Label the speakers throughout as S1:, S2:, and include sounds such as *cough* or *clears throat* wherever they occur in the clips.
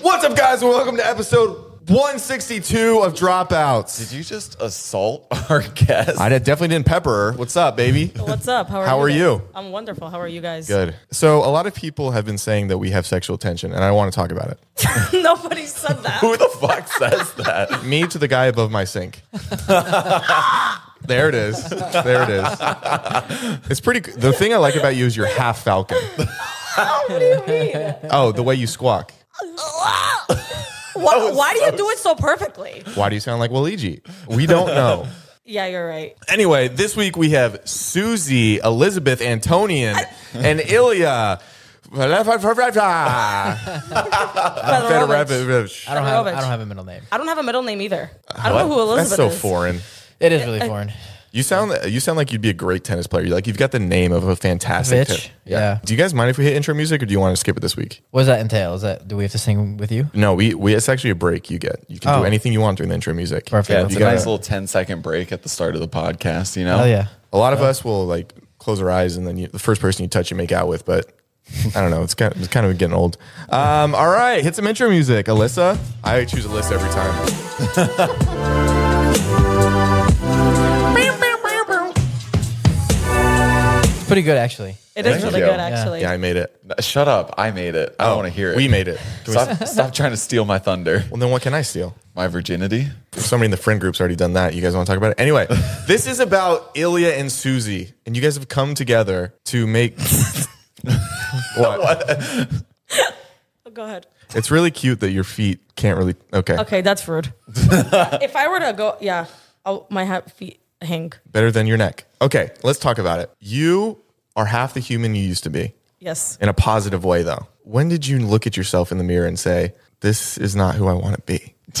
S1: What's up, guys? and Welcome to episode 162 of Dropouts.
S2: Did you just assault *laughs* our guest?
S1: I definitely didn't pepper her. What's up, baby?
S3: What's up? How are,
S1: How
S3: you,
S1: are
S3: guys?
S1: you?
S3: I'm wonderful. How are you guys?
S1: Good. So, a lot of people have been saying that we have sexual tension, and I want to talk about it.
S3: *laughs* Nobody said that.
S2: Who the fuck says that?
S1: Me to the guy above my *laughs* sink. there it is. There it is. It's pretty. The thing I like about you is you're half falcon.
S3: *laughs* what do you *laughs* mean?
S1: Oh, the way you squawk.
S3: why, why do you do it so perfectly?
S1: Why do you sound like Luigi? We don't know.
S3: Yeah, you're right.
S1: Anyway, this week we have Susie, Elizabeth, Antonian, and Ilya. Fedorovich.
S3: Fedorovich.
S4: I don't have.
S3: Fedorovich.
S4: I don't have a middle name.
S3: I don't have a middle name either. I don't know who
S1: That's
S3: Elizabeth
S1: so
S3: is.
S1: foreign.
S4: It is really foreign.
S1: You sound you sound like you'd be a great tennis player. You're like you've got the name of a fantastic.
S4: Bitch.
S1: ten-
S4: Yeah.
S1: Do you guys mind if we hit intro music, or do you want to skip it this week?
S4: What does that entail? Is that do we have to sing with you?
S1: No, we, we it's actually a break. You get you can
S4: Oh.
S1: do anything you want during the intro music.
S4: Perfect.
S2: Yeah,
S4: That's
S2: it's a
S1: gotta-
S2: nice little 10 second break at the start of the podcast, you know?
S4: Hell Oh, yeah.
S1: A lot of us will like close our eyes and then you, the first person you touch you make out with, but *laughs* I don't know. It's kind of, it's kind of getting old. Um, all right, hit some intro music, Alyssa. I choose Alyssa every time.
S4: It's pretty good actually.
S3: It is
S2: Thank
S3: really
S2: you.
S3: good,
S2: Yeah.
S3: actually.
S1: Yeah, I made it.
S2: No, Shut up. I made it. I don't want to hear it.
S1: Oh, We made it. Can we-
S2: Stop, stop trying to steal my thunder.
S1: well, then what can I steal?
S2: My virginity.
S1: If somebody in the friend group's already done that. You guys want to talk about it? Anyway, this is about Ilya and Susie, and you guys have come together to make. what?
S3: Oh, Go ahead.
S1: It's really cute that your feet can't really. Okay.
S3: Okay, that's rude. if I were to go, yeah, I'll, my ha- feet hang.
S1: Better than your neck. Okay, let's talk about it. You are half the human you used to be.
S3: Yes.
S1: in a positive way though. When did you look at yourself in the mirror and say, "This is not who I want to be"? *laughs*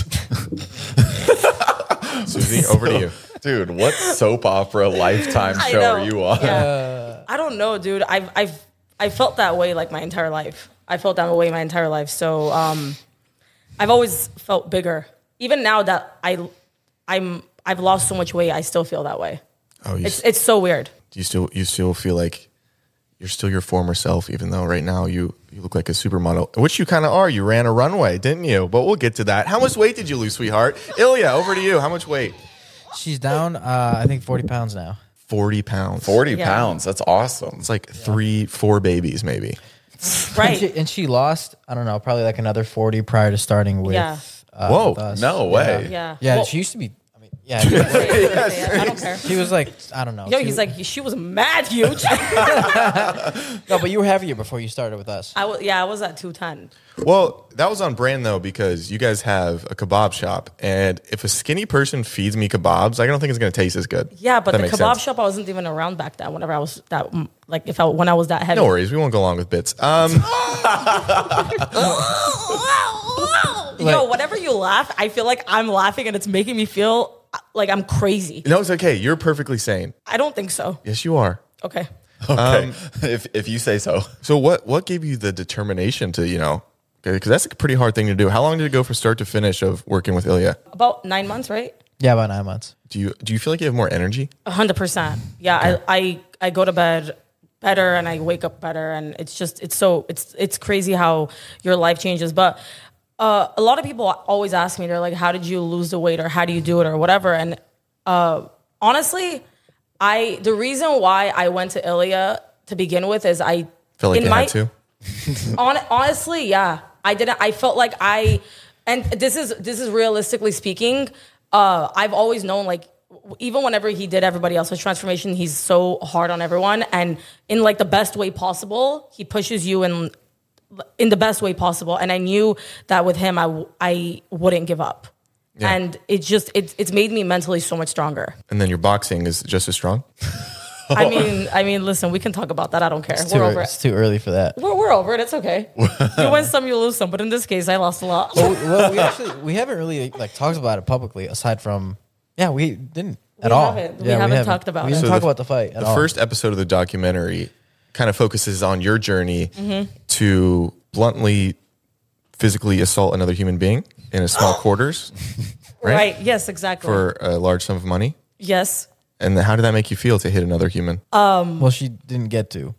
S1: Susie, over to you.
S2: Dude, what soap opera lifetime
S3: I
S2: show
S3: know.
S2: are you on?
S3: Yeah. I don't know, dude. I've I've I felt that way like my entire life. I felt that way my entire life. So um, I've always felt bigger. Even now that I I'm I've lost so much weight, I still feel that way.
S1: Oh, you,
S3: It's it's so
S4: *laughs*
S3: weird.
S1: you still you still feel like you're still your former self, even though right now you you look like a supermodel, which you kind of are. You ran a runway, didn't you? But we'll get to that. How much weight did you lose, sweetheart? Ilya, over to you. How much weight?
S4: She's down. Uh, I think forty pounds now.
S1: Forty pounds.
S2: 40
S3: Yeah.
S2: pounds. That's awesome.
S1: It's like three, four babies, maybe.
S4: And she,
S3: Right.
S4: and she lost. I don't know. Probably like another forty prior to starting with.
S3: Yeah.
S4: Uh,
S1: Whoa,
S4: with us.
S2: No way.
S3: Yeah.
S4: Yeah.
S3: Well,
S4: she used to be. I mean,
S1: *laughs*
S3: *laughs*
S4: yeah.
S3: I don't care.
S4: she was like I don't know.
S3: Yo,
S4: she-
S3: he's like she was mad
S4: *laughs*
S3: huge.
S4: no, but you were heavier before you started with us.
S3: I was yeah, I was at two ten.
S1: Well, that was on brand though because you guys have a kebab shop, and if a skinny person feeds me kebabs, I don't think it's going to taste as good.
S3: Yeah, but
S1: That
S3: the
S1: makes
S3: kebab
S1: sense.
S3: shop I wasn't even around back then. Whenever I was that mm, like if I when I was that heavy.
S1: No worries, we won't go along with bits. Um,
S3: Yo, whenever you laugh, I feel like I'm laughing and it's making me feel uh, like I'm crazy.
S1: no, it's okay. You're perfectly sane.
S3: I don't think so.
S1: Yes, you are.
S3: Okay.
S2: Okay. *laughs* if, if you say so.
S1: So, what what gave you the determination to you know? Because that's a pretty hard thing to do. How long did it go from start to finish of working with Ilya?
S3: About nine months, right?
S4: Yeah, about nine months.
S1: Do you do you feel like you have more energy?
S3: A hundred percent. Yeah, I, I I go to bed better and I wake up better and it's just it's so it's it's crazy how your life changes. But uh, a lot of people always ask me, they're like, How did you lose the weight or how do you do it or whatever? And uh, honestly, I the reason why I went to Ilya to begin with is I
S1: Feel like
S3: in
S1: you
S3: my-
S1: had to.
S3: On, honestly, yeah, I didn't. I felt like I, and this is this is realistically speaking. Uh, I've always known like w- even whenever he did everybody else's transformation, he's so hard on everyone, and in like the best way possible, he pushes you in in the best way possible. And I knew that with him, I w- I wouldn't give up. And it just it's it's made me mentally so much stronger.
S1: And then your boxing is just as strong.
S3: I mean, I mean, listen, we can talk about that. I don't care.
S4: It's too,
S3: We're
S4: ear-
S3: over
S4: it's
S3: it.
S4: too early for that.
S3: We're, we're over it. It's okay. you win some, you lose some. But in this case, I lost a lot.
S4: Well, we- well, we actually we haven't really like talked about it publicly aside from yeah we didn't at all.
S3: haven't. We
S4: Yeah,
S3: haven't talked about
S4: we
S3: it.
S4: didn't
S1: So
S4: talk
S1: the-
S4: about the fight at
S1: the
S4: all.
S2: Oh.
S1: first episode of the documentary kind of focuses on your journey to bluntly physically assault another human being in a small quarters
S3: Right. Yes, exactly.
S1: for a large sum of money
S3: yes.
S1: And how did that make you feel to hit another human?
S4: Well, she didn't get to.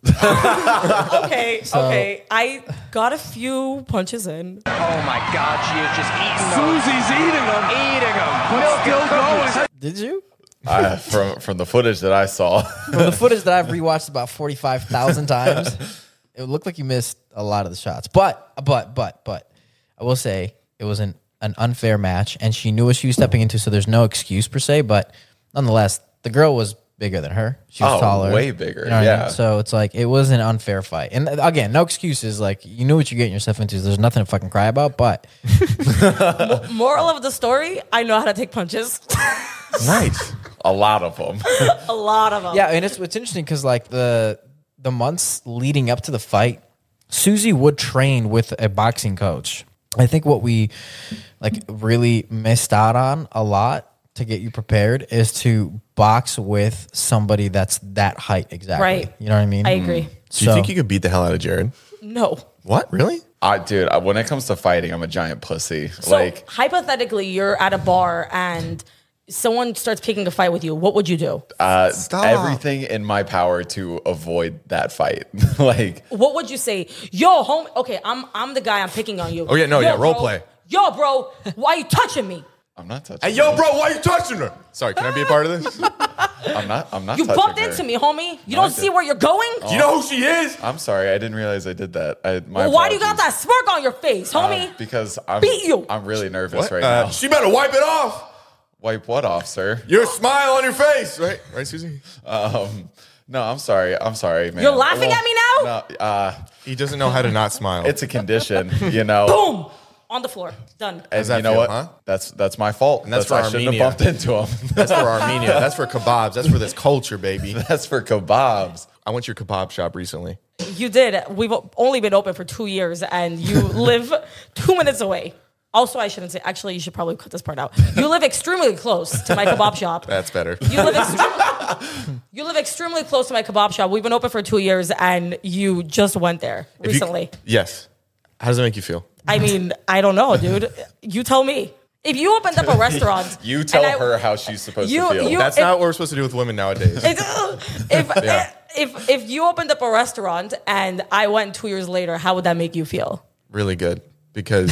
S3: Okay, okay. I got a few punches in.
S5: Oh my God, she is just eating them,
S6: Susie's eating them,
S5: eating them.
S6: but
S5: Milk
S6: still
S5: and
S6: going.
S5: cookies.
S4: *laughs* Did you?
S2: I, from from the footage that I saw, *laughs*
S4: From the footage that I've rewatched about forty five thousand times, *laughs* it looked like you missed a lot of the shots. But but but but I will say it was an, an unfair match, and she knew what she was stepping into, so there's no excuse per se. But nonetheless, the girl was bigger than her. She was
S2: Oh,
S4: taller,
S2: way bigger,
S4: what I mean?
S2: yeah.
S4: So it's like it was an unfair fight, and th- again, no excuses. Like you knew what you're getting yourself into. So there's nothing to fucking cry about. But
S3: Moral of the story: I know how to take punches.
S1: nice.
S2: a lot of them.
S3: a lot of them.
S4: Yeah, and it's it's interesting because like the the months leading up to the fight, Susie would train with a boxing coach. I think what we like really missed out on a lot to get you prepared is to box with somebody that's that height exactly.
S3: Right.
S4: You know what I mean?
S3: I agree.
S1: Do you think you could beat the hell out of Jared?
S3: No.
S1: What? Really?
S2: I dude, I, when it comes to fighting, I'm a giant pussy.
S3: So
S2: like
S3: hypothetically, you're at a bar and someone starts picking a fight with you. What would you do?
S2: uh,
S1: Stop.
S2: everything in my power to avoid that fight. *laughs* like
S3: What would you say? Yo, home. Okay, I'm I'm the guy. I'm picking on you.
S1: Oh, yeah, no,
S3: Yo,
S1: yeah, role
S3: bro.
S1: play.
S3: Yo, bro, why you touching me?
S2: I'm not touching.
S1: Hey, yo, bro, why you touching her? Sorry, can I be a part of this?
S2: I'm not. I'm not.
S3: You
S2: touching
S3: bumped
S2: her.
S3: into me, homie. You
S2: No, I
S3: don't see
S2: didn't.
S3: where you're going.
S1: *laughs* you know who she is?
S2: I'm sorry. I didn't realize I did that. I, my
S3: Well, why do you got
S2: apologies.
S3: that smirk on your face, homie?
S2: Uh, because I'm
S3: Beat you.
S2: I'm really nervous
S1: What?
S2: right
S1: Uh,
S2: now.
S1: She better wipe it off.
S2: *laughs* Wipe what off, sir?
S1: Your smile on your face, right? Right, Susie?
S2: Um, no, I'm sorry. I'm sorry, man.
S3: You're laughing at me now?
S2: No, uh,
S1: He doesn't know how to not smile.
S2: it's a condition,
S3: *laughs*
S2: you know.
S3: Boom, on the floor. Done.
S2: And
S1: that
S2: you know
S1: feel,
S2: what?
S1: huh?
S2: That's that's my fault.
S1: that's
S2: that's why I
S1: for
S2: shouldn't have
S1: Armenia.
S2: bumped into him. *laughs*
S1: That's for Armenia. That's for kebabs. That's for this culture, baby.
S2: that's for kebabs.
S1: I went to your kebab shop recently.
S3: You did. We've only been open for two years, and you live two minutes away. Also, I shouldn't say. Actually, you should probably cut this part out. You live extremely close to my kebab shop.
S1: That's better.
S3: You live, extrem- you live extremely close to my kebab shop. We've been open for two years, and you just went there
S1: If you-
S3: recently.
S1: yes. How does it make you feel?
S3: I mean, I don't know, dude. You tell me. If you opened up a restaurant,
S2: You tell
S3: and I-
S2: her how she's supposed
S3: You-
S2: to feel.
S3: you-
S1: That's
S3: If-
S1: not what we're supposed to do with women nowadays.
S3: It's- *laughs* if,
S1: Yeah.
S3: if if you opened up a restaurant and I went two years later, how would that make you feel?
S1: really good because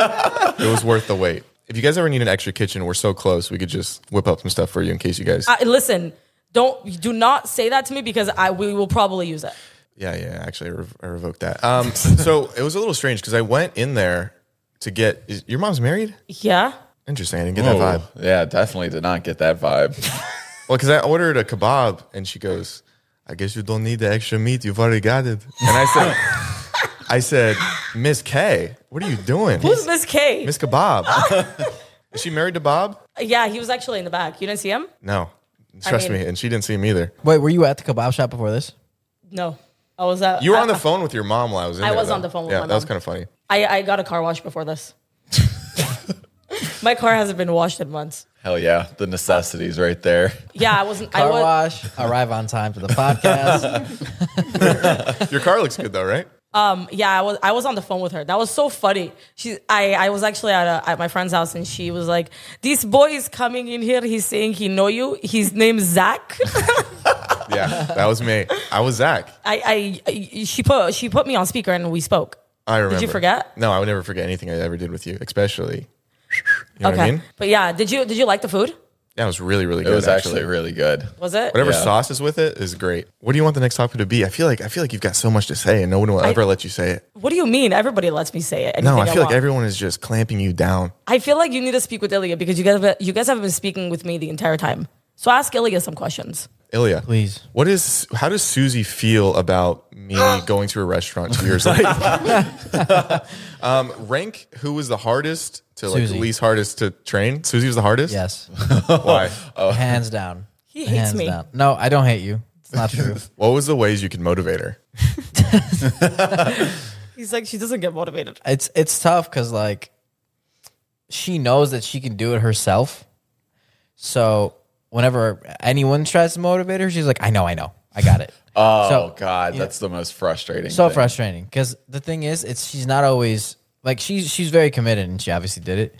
S1: it was worth the wait. If you guys ever need an extra kitchen, we're so close. We could just whip up some stuff for you in case you guys.
S3: I, listen, don't do not say that to me because I we will probably use it.
S1: yeah, yeah. Actually, I, rev- I revoked that. Um, so it was a little strange because I went in there to get. Is, your mom's married?
S3: Yeah.
S1: Interesting. I didn't get
S2: Whoa.
S1: that vibe.
S2: Yeah, definitely did not get that vibe. *laughs*
S1: Well, because I ordered a kebab and she goes, I guess you don't need the extra meat. You've already got it. And I said,
S3: *laughs*
S1: I said, Miss K, what are you doing?
S3: Who's Miss K?
S1: Miss
S3: *laughs*
S1: Kebab. Is she married to Bob?
S3: yeah, he was actually in the back. You didn't see him?
S1: No. Trust
S3: mean-
S1: me. And she didn't see him either.
S4: Wait, were you at the kebab shop before this?
S3: No. I was at,
S1: You were
S3: I,
S1: on the phone with your mom while I was in
S3: I
S1: there,
S3: was
S1: though.
S3: on the phone with
S1: yeah,
S3: my
S1: that was
S3: mom.
S1: kind of funny.
S3: I, I got a car wash
S1: *laughs*
S3: before this. My car hasn't been washed in months.
S2: Hell yeah, the necessities right there.
S3: Yeah, I wasn't I
S4: Car
S3: was
S4: wash, arrive on time to the
S3: *laughs*
S4: podcast.
S1: Your car looks good though, right?
S3: yeah, I was I was on the phone with her. That was so funny. She I I was actually at a, at my friend's house and she was like, "This boy is coming in here. He's saying he know you. His name's Zach." *laughs*
S1: Yeah, that was me. I was Zach.
S3: I, I she put she put me on speaker and we spoke.
S1: I remember.
S3: forget?
S1: No, I would never forget anything I ever did with you, especially. You know
S3: okay,
S1: what I mean?
S3: but yeah, did you did you like the food?
S1: That was really, really
S2: It
S1: good.
S2: was actually really good.
S3: Was it?
S1: Whatever
S2: Yeah.
S1: sauce is with it is great. What do you want the next topic to be? I feel like I feel like you've got so much to say, and no one will ever let you say it.
S3: What do you mean? Everybody lets me say it.
S1: No,
S3: anything
S1: I feel like
S3: want.
S1: everyone is just clamping you down.
S3: I feel like you need to speak with Ilya because you guys you guys haven't been speaking with me the entire time. So ask Ilya some questions.
S1: Ilya,
S4: Please.
S1: What is? How does Susie feel about me going to a restaurant two years later? um, rank who was the hardest to like
S4: Susie.
S1: the least hardest to train? Susie was the hardest.
S4: Yes.
S1: Why? Uh,
S4: Hands down.
S3: He hates
S4: Hands
S3: me.
S4: down. No, I don't hate you. It's not
S1: *laughs*
S4: true.
S1: What was the ways you could motivate her?
S3: He's like she doesn't get motivated.
S4: it's it's tough because like she knows that she can do it herself. So whenever anyone tries to motivate her, she's like, "I know, I know, I got it."
S2: *laughs* Oh
S4: So-
S2: God, that's the most frustrating.
S4: so
S2: thing.
S4: frustrating because the thing is, it's she's not always like she's she's very committed and she obviously did it,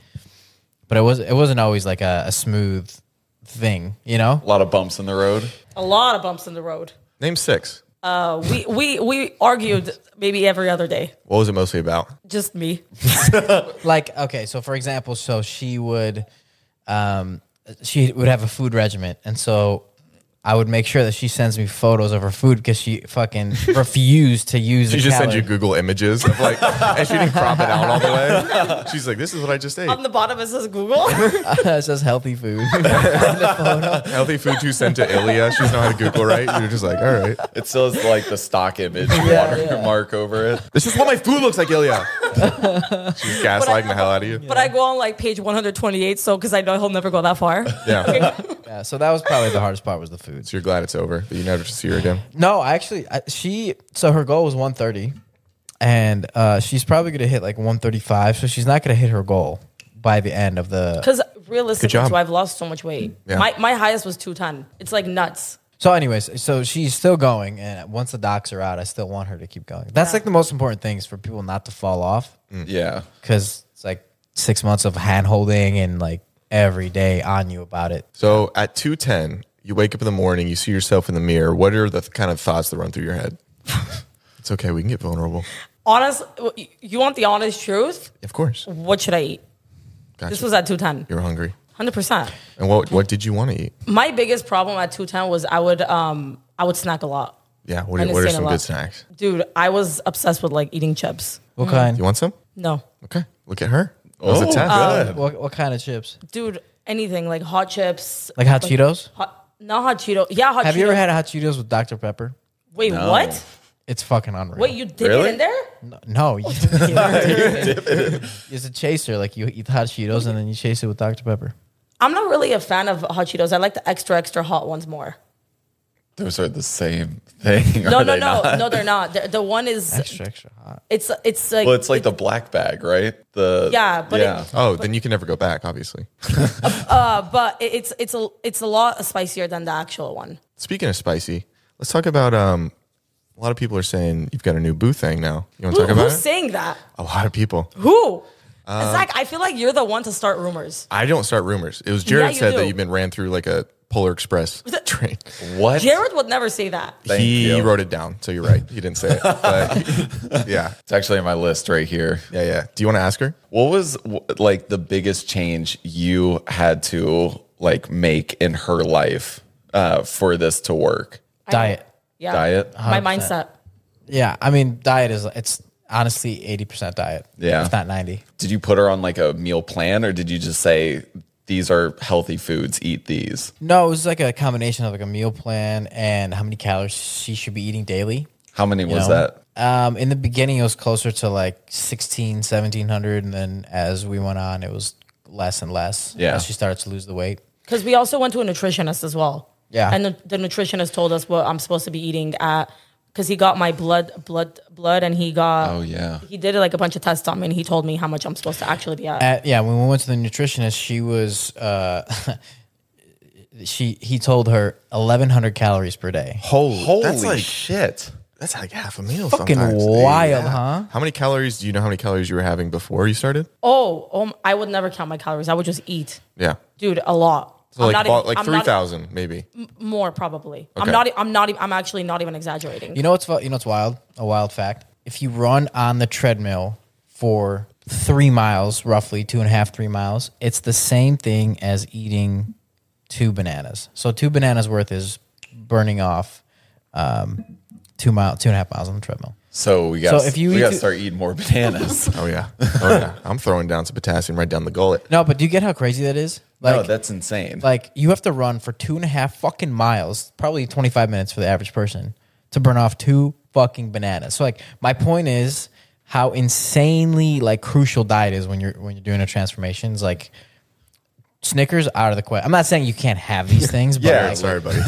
S4: but it was it wasn't always like a, a smooth thing, you know?
S2: A lot of bumps in the road.
S3: A lot of bumps in the road.
S1: Name six.
S3: We we we argued maybe every other day.
S1: What was it mostly about?
S3: Just me.
S4: Like, okay, so for example, so she would um she would have a food regiment and so I would make sure that she sends me photos of her food because she
S1: *laughs*
S4: fucking refused to use.
S1: She
S4: the
S1: just sent you
S4: calorie-
S1: Google images of like, and she didn't crop it out all the way. She's like, this is what I just ate.
S3: On the bottom it says Google.
S4: *laughs* it says
S1: *laughs*
S4: healthy food.
S1: Healthy food you sent to Ilya. She's not how to Google, right? You're just like, all right.
S2: It still has like the stock image
S3: *laughs*
S2: watermark over it.
S1: This is what my food looks like, Ilya. *laughs* She's gaslighting the hell out of you.
S3: *laughs* But I go on like page 128, so because I know he'll never go that far.
S1: *laughs* Yeah.
S4: yeah, so that was probably the hardest part was the food.
S1: So you're glad it's over, but you never see her again.
S4: No, I actually, I, she so her goal was 130, and uh, she's probably gonna hit like 135. So she's not gonna hit her goal by the end of the.
S3: Because realistically,
S1: job.
S3: too, I've lost so much weight.
S1: Yeah.
S3: My my highest was 210. It's like nuts.
S4: So, anyways, so she's still going, and once the docs are out, I still want her to keep going. That's like the most important thing is for people not to fall off
S2: Yeah.
S4: because it's like six months of hand holding and like every day on you about it.
S1: So at 210, you wake up in the morning, you see yourself in the mirror. What are the th- kind of thoughts that run through your head? *laughs* it's okay. We can get vulnerable.
S3: Honest, you want the honest truth?
S1: Of course.
S3: What should I eat?
S1: Gotcha.
S3: This was at 210.
S1: you're hungry.
S3: 100%.
S1: And what, what did you want to eat?
S3: My biggest problem at 210 was I would um I would snack a lot.
S1: Yeah. What
S3: I
S1: are, what are
S3: understand a
S1: some
S3: lot.
S1: good snacks?
S3: Dude, I was obsessed with like eating chips.
S4: What kind?
S1: You want some?
S3: No.
S1: Okay. Look at her. That was a
S2: Oh,
S3: uh,
S1: test.
S2: good.
S4: What, what kind of chips?
S3: Dude, anything like hot chips.
S4: Like hot Cheetos?
S3: Hot, not hot Cheeto. Yeah, hot
S4: Have
S3: Cheetos.
S4: you ever had hot Cheetos with Dr Pepper?
S3: Wait,
S2: No.
S3: what?
S4: It's fucking unreal.
S3: Wait, you did
S2: Really?
S3: it in there? *laughs*
S4: No, you *laughs* it's a chaser. Like you eat hot Cheetos and then you chase it with Dr Pepper.
S3: I'm not really a fan of hot Cheetos. I like the extra, extra hot ones more.
S2: Those are the same thing.
S3: No,
S2: are
S3: no,
S2: they
S3: no,
S2: not?
S3: no. They're not. The, the one is
S4: Extra, extra hot.
S3: it's it's like
S2: Well, it's like the black bag, right? The
S3: Yeah, but it-
S1: Oh, then you can never go back, obviously.
S3: but it- it's it's a it's a lot spicier than the actual one.
S1: Speaking of spicy, let's talk about. Um, a lot of people are saying you've got a new boo thing now. You want to
S3: Who,
S1: talk about
S3: who's
S1: it?
S3: saying that?
S1: a lot of people.
S3: Who?
S1: Uh,
S3: Zach, I feel like you're the one to start rumors.
S1: I don't start rumors. It was Jared
S3: you
S1: said
S3: do.
S1: that you've been ran through like a Polar Express train.
S2: what?
S3: Jared would never say that.
S2: Thank
S1: he
S2: you.
S1: wrote it down, so you're right. He didn't say it,
S2: *laughs*
S1: but yeah,
S2: It's actually in my list right here.
S1: yeah, yeah. Do you want to ask her?
S2: What was wh- like the biggest change you had to like make in her life uh, for this to work?
S4: Diet.
S3: Yeah.
S2: Diet?
S3: My mindset.
S4: Yeah, I mean diet is it's honestly eighty percent diet.
S2: Yeah.
S4: It's not ninety.
S2: Did you put her on like a meal plan or did you just say these are healthy foods, eat these?
S4: No, it was like a combination of like a meal plan and how many calories she should be eating daily.
S2: How many was
S4: know?
S2: that?
S4: Um, in the beginning, it was closer to like 16, 1700. And then as we went on, it was less and less.
S2: Yeah.
S4: As she started to lose the weight.
S3: Because we also went to a nutritionist as well.
S4: Yeah.
S3: And the, the nutritionist told us what I'm supposed to be eating at because he got my blood, blood, blood, and he got
S2: Oh yeah.
S3: he did like a bunch of tests on me and he told me how much I'm supposed to actually be at.
S4: at- yeah, when we went to the nutritionist, she was uh, *laughs* she he told her eleven hundred calories per day.
S1: Holy, that's
S2: Holy
S1: like
S2: shit.
S1: that's like half a meal.
S4: Fucking
S1: sometimes.
S4: wild, huh?
S1: How many calories? Do you know how many calories you were having before you started?
S3: Oh, oh, I would never count my calories. I would just eat,
S1: Yeah,
S3: dude, a lot.
S1: so like about, like
S3: I'm
S1: three
S3: not-
S1: thousand maybe.
S3: more probably. I'm
S1: Okay.
S3: not. I'm not. I'm actually not even exaggerating.
S4: You know what's fu- you know what's wild? A wild fact: if you run on the treadmill for three miles, roughly two and a half, three miles, it's the same thing as eating two bananas. So two bananas worth is burning off um, two mile, two and a half miles on the treadmill.
S2: So we got
S4: So if
S2: if you
S4: you
S2: we
S4: eat
S2: got to
S4: two-
S2: start eating more *laughs* bananas.
S4: *laughs*
S1: Oh yeah, oh yeah. I'm throwing down some potassium right down the gullet.
S2: *laughs*
S4: No, but do you get how crazy that is? Like,
S2: no, Oh, that's insane.
S4: like you have to run for two and a half fucking miles, probably 25 minutes for the average person to burn off two fucking bananas. So like my point is how insanely like crucial diet is when you're when you're doing a transformation. It's like Snickers out of the question. I'm not saying you can't
S2: *laughs*
S4: have these things, but
S2: Yeah,
S4: like,
S1: Sorry, buddy.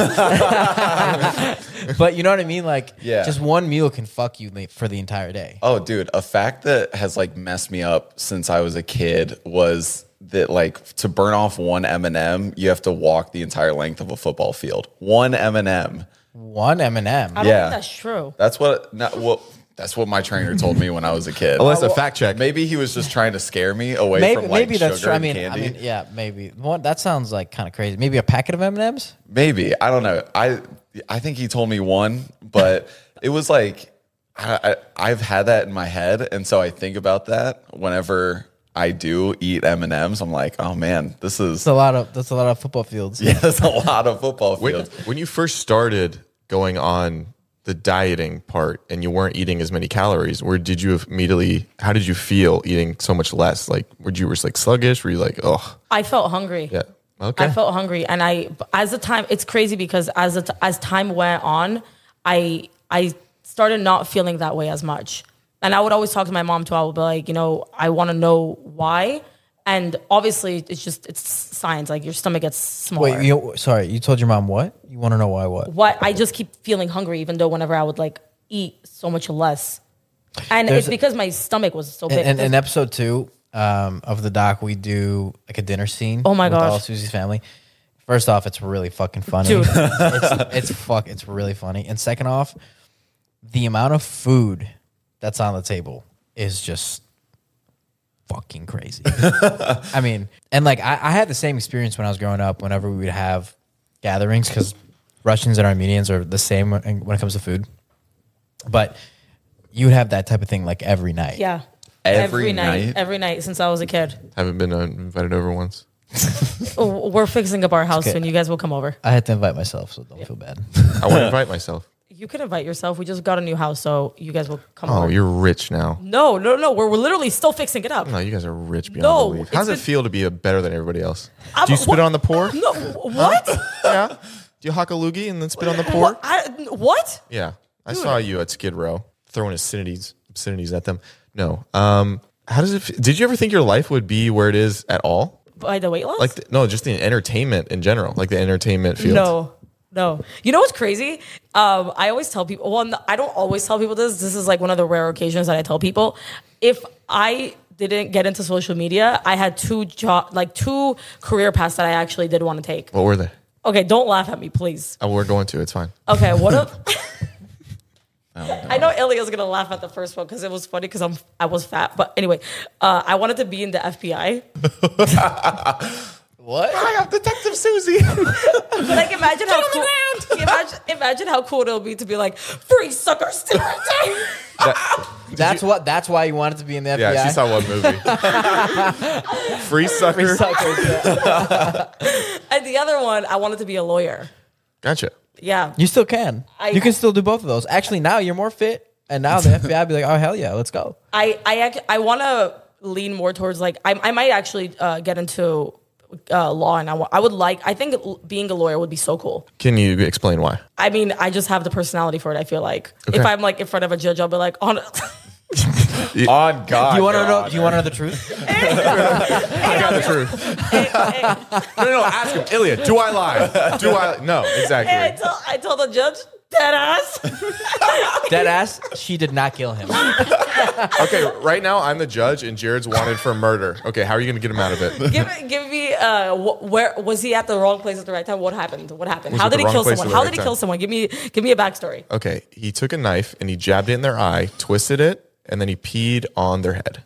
S4: but you know what I mean? Like
S2: Yeah.
S4: just one meal can fuck you la- for the entire day.
S2: Oh, dude, a fact that has like messed me up since I was a kid was that like to burn off one M and m you have to walk the entire length of a football field. One M and m
S4: One M&M.
S3: I don't
S2: yeah.
S3: think that's true.
S2: That's what. Not, well, That's what my trainer told me when I was a kid.
S1: Alyssa, fact check.
S2: Maybe he was just trying to scare me away
S4: Maybe
S2: from like
S4: maybe that's
S2: sugar
S4: true. I
S2: and
S4: mean,
S2: candy.
S4: I mean, yeah, maybe. One that sounds like kind of crazy. Maybe a packet of M and M's.
S2: Maybe I don't know. I I think he told me one, but it was like I, I I've had that in my head, and so I think about that whenever I do eat M and M's. I'm like, oh man, this is *laughs*
S4: That's a lot of that's a lot of football fields.
S2: yeah, that's a lot of football
S1: When,
S2: fields.
S1: when you first started going on the dieting part and you weren't eating as many calories, where did you immediately, how did you feel eating so much less? Like, were you were like sluggish? Were you like, oh,
S3: I felt hungry.
S1: yeah. Okay.
S3: I felt hungry, and I as the time it's crazy because as the t- as time went on, I I started not feeling that way as much, and I would always talk to my mom too. I would be like, you know, I want to know why, and obviously it's just it's science. Like your stomach gets smaller.
S4: Wait, you, sorry, you told your mom what? You want to know why what?
S3: what I just keep feeling hungry, even though whenever I would like eat so much less, and
S4: There's
S3: it's
S4: a-
S3: because my stomach was so big.
S4: In, in, in episode two um, of the doc, we do like a dinner scene.
S3: Oh my
S4: with
S3: gosh.
S4: All Susie's family. First off, it's really fucking funny.
S3: Dude.
S4: *laughs* it's, it's fuck. It's really funny. And second off, the amount of food that's on the table is just fucking crazy. I mean, and like I, I had the same experience when I was growing up. Whenever we would have gatherings, because Russians and Armenians are the same when, when it comes to food, but you would have that type of thing like every night.
S3: yeah,
S2: Every night?
S3: every night since I was a kid.
S1: Haven't been uh, invited over once.
S3: W- We're fixing up our house
S4: okay.
S3: soon. You guys will come over.
S4: I had to invite myself, so don't feel bad.
S1: I want to invite myself.
S3: You can invite yourself. We just got a new house, so you guys will
S1: *laughs*
S3: come
S1: Oh,
S3: over.
S1: you're rich now.
S3: no, no, no. We're, we're literally still fixing it up.
S1: No, you guys are rich beyond
S3: No,
S1: belief.
S3: it's
S1: How does it
S3: been-
S1: feel to be a better than everybody else?
S3: I'm-
S1: Do you spit
S3: what-
S1: on the poor?
S3: No, wh- what?
S1: *laughs* Yeah. Do you hock a loogie and then spit on the poor?
S3: I, what?
S1: Yeah. I saw you at Skid Row throwing obscenities, obscenities at them. No. Um, how does it? F- did you ever think your life would be where it is at all?
S3: By the weight loss?
S1: Like, th- no, just the entertainment in general, like the entertainment field.
S3: no, no. You know what's crazy? Um, I always tell people. Well, no, I don't always tell people this. This is like one of the rare occasions that I tell people. If I didn't get into social media, I had two job, like two career paths that I actually did want to take.
S1: What were they?
S3: Okay, don't laugh at me, please.
S1: Oh, we're going to. It's fine.
S3: Okay, what if? I know Ilya's gonna laugh at the first one because it was funny because I'm I was fat, but anyway, uh, I wanted to be in the FBI.
S4: What?
S1: got Detective Susie.
S3: But like, imagine how cool, *laughs* imagine, imagine how cool it'll be to be like free suckers to retain."
S4: That's what. That's why you wanted to be in the
S1: *laughs*
S4: FBI.
S1: yeah,
S4: *laughs*
S1: she saw one *laughs* movie. Free sucker.
S4: Free suckers, yeah.
S3: *laughs* and the other one, I wanted to be a lawyer.
S1: Gotcha.
S3: Yeah,
S4: You still can.
S3: I-
S4: you can still do both of those. Actually, now you're more fit, and now the FBI be like, "Oh hell yeah, let's go."
S3: I I act- I want to lean more towards like I I might actually uh, get into uh, law, and I wa- I would like I think l- being a lawyer would be so cool.
S1: Can you explain why?
S3: I mean, I just have the personality for it. I feel like if
S1: Okay.
S3: I'm like in front of a judge, I'll be like, "Oh, *laughs* on.
S2: On God,
S4: Do you want to know?
S2: God.
S4: Do you want to know the truth?
S1: *laughs* I got the truth.
S3: Hey, hey,
S1: No, no, no. Ask him, Ilya. Do I lie? Do I? No,
S3: *laughs* hey, I
S1: exactly.
S3: tell I tell the judge dead ass. *laughs*
S4: Dead ass. She did not kill him.
S1: Okay, right now I'm the judge and Jared's wanted for murder. Okay, how are you going to get him out of it?
S3: give me- give me uh wh- where was he at the wrong place at the right time? What happened? What happened?
S1: Was
S3: How
S1: at the
S3: did he
S1: wrong
S3: kill
S1: place at
S3: someone?
S1: the
S3: How
S1: right
S3: did he kill
S1: time.
S3: someone? Give me give me a backstory.
S1: Okay, he took a knife and he jabbed it in their eye, twisted it, and then he peed on their head.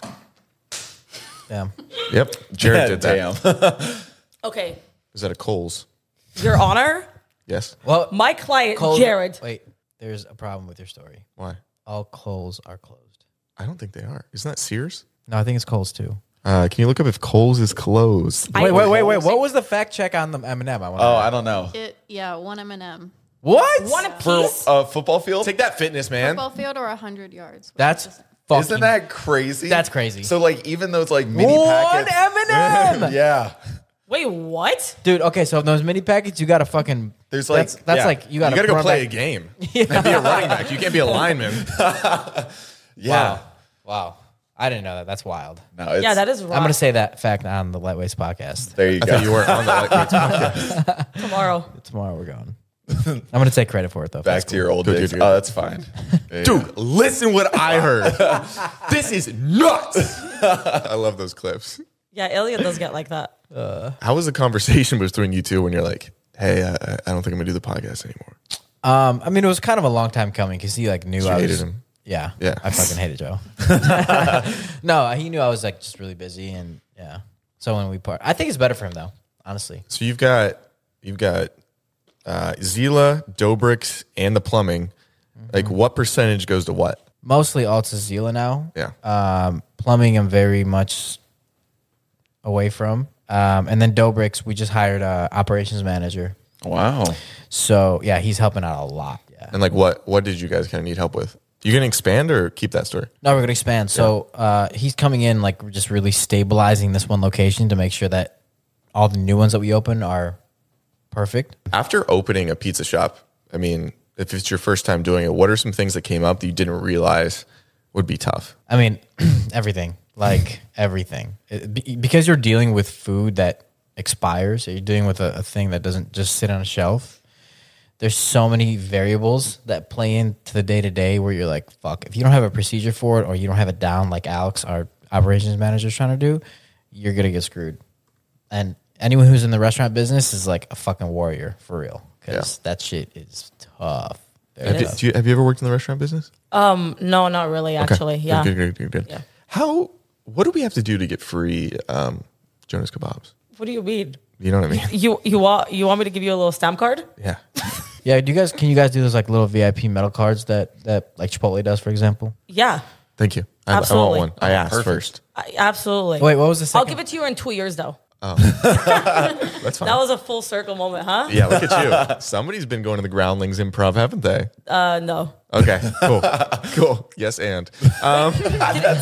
S4: Damn.
S1: Yep, Jared *laughs* *laughs* did that.
S2: Damn.
S3: Okay,
S1: Was that a Coles?
S3: Your Honor,
S1: Yes.
S4: Well,
S3: my client
S4: Kohl's-
S3: Jared.
S4: Wait, there's a problem with your story.
S1: Why?
S4: All Coles are closed.
S1: I don't think they are. Isn't that Sears?
S4: No, I think it's Coles too.
S1: Uh, can you look up if Coles is closed?
S3: I-
S4: Wait, wait, wait, wait. What was the fact check on the Eminem? I
S2: *laughs*
S4: want.
S2: Oh, I don't know.
S6: It, yeah, one M and M.
S4: what?
S3: One
S2: For
S3: apiece.
S2: a football field,
S1: Take that, fitness man.
S6: Football field or hundred yards. which
S4: That's
S6: is-
S4: fucking.
S2: isn't that crazy?
S4: That's crazy.
S2: So like, even those like mini
S4: one
S2: packets,
S1: *laughs*
S4: Eminem?
S2: yeah.
S3: Wait, what?
S4: Dude, okay, so those mini packets, you gotta fucking.
S2: There's like
S4: that's, that's
S2: yeah.
S4: like you gotta,
S1: you got to go
S4: run
S1: play a
S4: back- *laughs*
S1: game. And be a running back. You can't be a lineman.
S2: yeah.
S4: Wow, I didn't know that. That's wild.
S2: No, it's,
S3: Yeah, that is wrong.
S4: I'm gonna say that fact on the Lightweights podcast.
S2: There you
S1: *laughs* I
S2: go.
S1: thought you were on the lightweight.
S3: tomorrow.
S4: Tomorrow we're going. I'm gonna take credit for it though.
S2: Back to your old
S1: Good,
S2: days.
S1: good, good.
S2: Oh, that's fine. Yeah.
S1: *laughs* Dude, listen what I *laughs* heard. this is nuts. I love those clips.
S3: Yeah, Ilya does get like that.
S1: How was the conversation *laughs* between you two when you're like, hey, I, I- I don't think I'm going to do the podcast anymore?
S4: Um, I mean, it was kind of a long time coming because he like knew I
S1: hated
S4: was.
S1: him.
S4: Yeah.
S1: Yeah.
S4: I fucking hated Joe. *laughs* no, he knew I was like just really busy and yeah. So when we part, I think it's better for him though, honestly.
S1: So you've got you've got uh, Zila, Dobricks, and the plumbing. Like what percentage goes to what? Uh,
S4: Mostly all to Zila now.
S1: Yeah.
S4: Um, plumbing, I'm very much away from. Um, and then Dobricks, we just hired a operations manager.
S2: Wow.
S4: So yeah, he's helping out a lot. Yeah.
S1: and like what what did you guys kind of need help with? You gonna expand or keep that store?
S4: No, we're gonna expand. So uh, he's coming in like we're just really stabilizing this one location to make sure that all the new ones that we open are perfect.
S1: After opening a pizza shop, I mean, if it's your first time doing it, what are some things that came up that you didn't realize would be tough?
S4: I mean, *clears throat* everything, like everything, It- be- because you're dealing with food that expires. You're dealing with a, a thing that doesn't just sit on a shelf. There's so many variables that play into the day to day where you're like, fuck, if you don't have a procedure for it or you don't have it down, like Alex, our operations manager, is trying to do, you're gonna get screwed. And anyone who's in the restaurant business is like a fucking warrior for real, because that shit is tough. Very
S1: Have you,
S4: tough.
S1: do you, have you ever worked in the restaurant business?
S3: No, not really.
S1: Okay.
S3: Actually,
S1: Good,
S3: yeah.
S1: Good, good, good, good. How? What do we have to do to get free um, Jonas kebabs?
S3: What do you mean?
S1: You know what I mean?
S3: *laughs* You you want you want me to give you a little stamp card?
S1: Yeah.
S4: Yeah, do you guys can you guys do those like little VIP metal cards that that like Chipotle does, for example?
S3: Yeah,
S1: *laughs* Thank you. I, I want
S3: Absolutely.
S1: one. I asked first.
S3: I, absolutely.
S4: Wait, what was the
S3: I'll
S4: second?
S3: give it to you in two years, though.
S1: That's fine.
S3: That was a full circle moment, huh?
S1: yeah, look at
S3: *laughs*
S1: you. Somebody's been going to the Groundlings Improv, haven't they?
S3: Uh, no.
S1: Okay,
S3: *laughs*
S1: cool, cool. Yes, and
S2: That's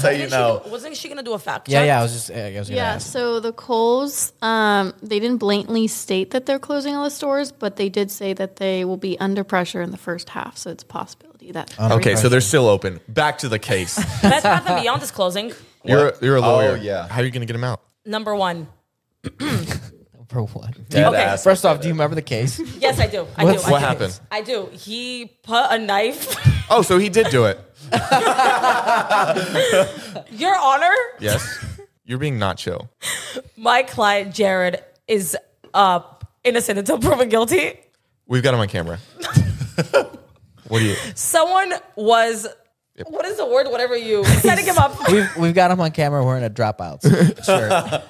S2: how you
S3: Didn't
S2: know.
S3: She, wasn't she gonna do a fact
S4: yeah,
S3: check?
S4: yeah. I was just I was gonna
S6: Yeah,
S4: ask.
S6: so the Coles, um, they didn't blatantly state that they're closing all the stores, but they did say that they will be under pressure in the first half. So it's a possibility that.
S1: okay, so they're still open. Back to the
S3: *laughs*
S1: case.
S3: Best Bath and Beyond is closing.
S1: You're you're a
S3: Oh,
S1: lawyer.
S2: yeah.
S1: How are you going to get them out?
S3: Number one.
S4: For what?
S2: Dead
S3: Okay.
S2: ass.
S4: First off, do you remember the case?
S3: Yes, I do. I do.
S4: What's-
S3: I
S1: What
S3: do.
S1: happened?
S3: I do. He put a knife. *laughs*
S1: Oh, so he did do it.
S3: Your Honor,
S1: Yes. You're being not chill.
S3: my client Jared is uh, innocent until proven guilty.
S1: We've got him on
S3: *laughs*
S1: camera. what do you?
S3: Someone was. What is the word? Whatever you setting him
S4: *laughs*
S3: up.
S4: *laughs* we've we've got him on camera wearing a *laughs* dropouts shirt.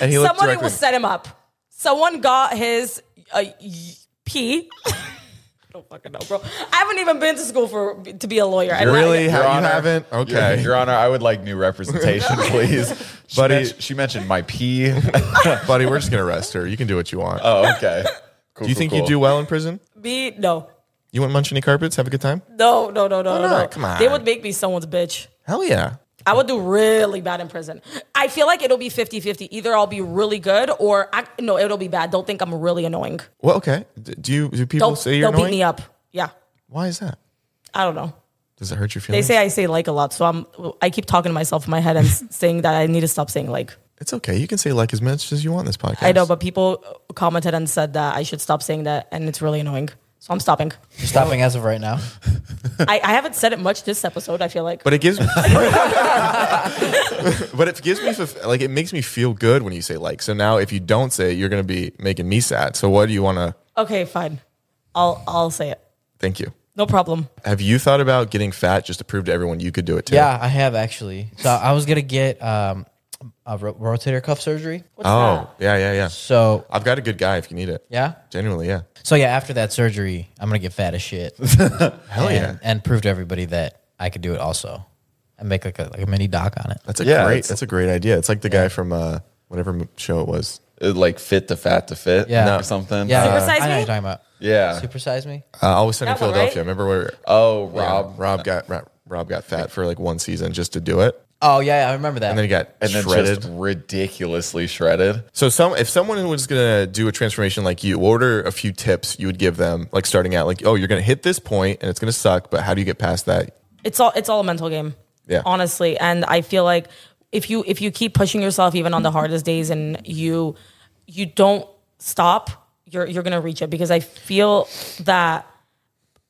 S1: And he looked
S3: Somebody
S1: directly.
S3: will set him up. Someone got his uh, y- pee. I *laughs* don't fucking know, bro. I haven't even been to school for to be a lawyer. I don't-
S1: really?
S2: Your
S1: How, you
S2: Honor.
S1: haven't?
S2: Your,
S1: Okay,
S2: Your Honor, I would like new *laughs* representation, please. She
S1: Buddy-
S2: mentioned- she mentioned my pee. *laughs*
S1: buddy. We're just gonna arrest her. You can do what you want.
S2: oh, okay. Cool,
S1: do you
S2: cool,
S1: think
S2: cool.
S1: you do well in prison?
S3: Me? No.
S1: You want munch any carpets? Have a good time?
S3: No, no, no, no, no, no.
S1: not? Oh, Come on.
S3: They would make me someone's bitch.
S1: Hell yeah.
S3: I would do really bad in prison. I feel like it'll be 50 50. Either I'll be really good or I, no, it'll be bad. Don't think I'm really annoying.
S1: Well, okay. D- do you? Do people
S3: Don't,
S1: say you're
S3: they'll beat
S1: annoying?
S3: me up. Yeah.
S1: Why is that?
S3: I don't know.
S1: Does it hurt your
S3: They
S1: feelings?
S3: say I say like a lot. So I'm, I keep talking to myself in my head and s- *laughs* saying that I need to stop saying like.
S1: it's okay. You can say like as much as you want in this podcast.
S3: I know, but people commented and said that I should stop saying that, and it's really annoying. So I'm stopping.
S4: You're stopping as of right now.
S3: I, I haven't said it much this episode. I feel like,
S1: But it
S3: *laughs*
S1: gives, *laughs* but it gives me fulf- like it makes me feel good when you say like. So now, if you don't say it, you're gonna be making me sad. So what do you want to?
S3: okay, fine. I'll I'll say it.
S1: Thank you.
S3: No problem.
S1: Have you thought about getting fat just to prove to everyone you could do it too?
S4: Yeah, I have actually. So I was gonna get um a ro- rotator cuff surgery.
S3: What's
S1: Oh, yeah, yeah, yeah.
S4: So
S1: I've got a good guy if you need it.
S4: yeah.
S1: Genuinely, yeah.
S4: So yeah, after that surgery, I'm gonna get fat as shit. Hell
S1: yeah.
S4: and, and prove to everybody that I could do it also, and make like a like a mini doc on it.
S1: That's a
S2: Yeah,
S1: great.
S2: it's-
S1: That's a great idea. It's like the guy from uh, whatever m- show it was.
S2: It, Uh, like fit to fat to fit
S4: Yeah. No.
S2: or something? Uh,
S4: Yeah,
S3: Supersize
S4: I know what
S3: Me?
S4: you're talking about.
S2: Yeah.
S4: Supersize me.
S1: Uh, all of a sudden in
S3: That one,
S1: Philadelphia.
S3: right?
S1: Remember where
S2: Oh,
S1: yeah,
S2: Rob.
S1: Rob got Rob, Rob got fat for like one season just to do it,
S4: Oh yeah, yeah, I remember that.
S1: and then he got
S2: And then
S1: shredded.
S2: just ridiculously shredded.
S1: So some if someone was gonna do a transformation like you, order a few tips you would give them, like starting out, like, oh, you're gonna hit this point and it's gonna suck, but how do you get past that?
S3: it's all it's all a mental game.
S1: Yeah.
S3: Honestly, and I feel like if you if you keep pushing yourself even on the hardest days and you you don't stop, you're you're going to reach it because I feel that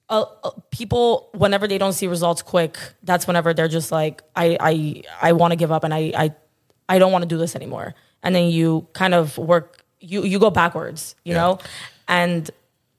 S3: uh, uh, people whenever they don't see results quick, that's whenever they're just like I I I want to give up and I I I don't want to do this anymore. And then you kind of work you you go backwards, you
S1: Yeah.
S3: know? And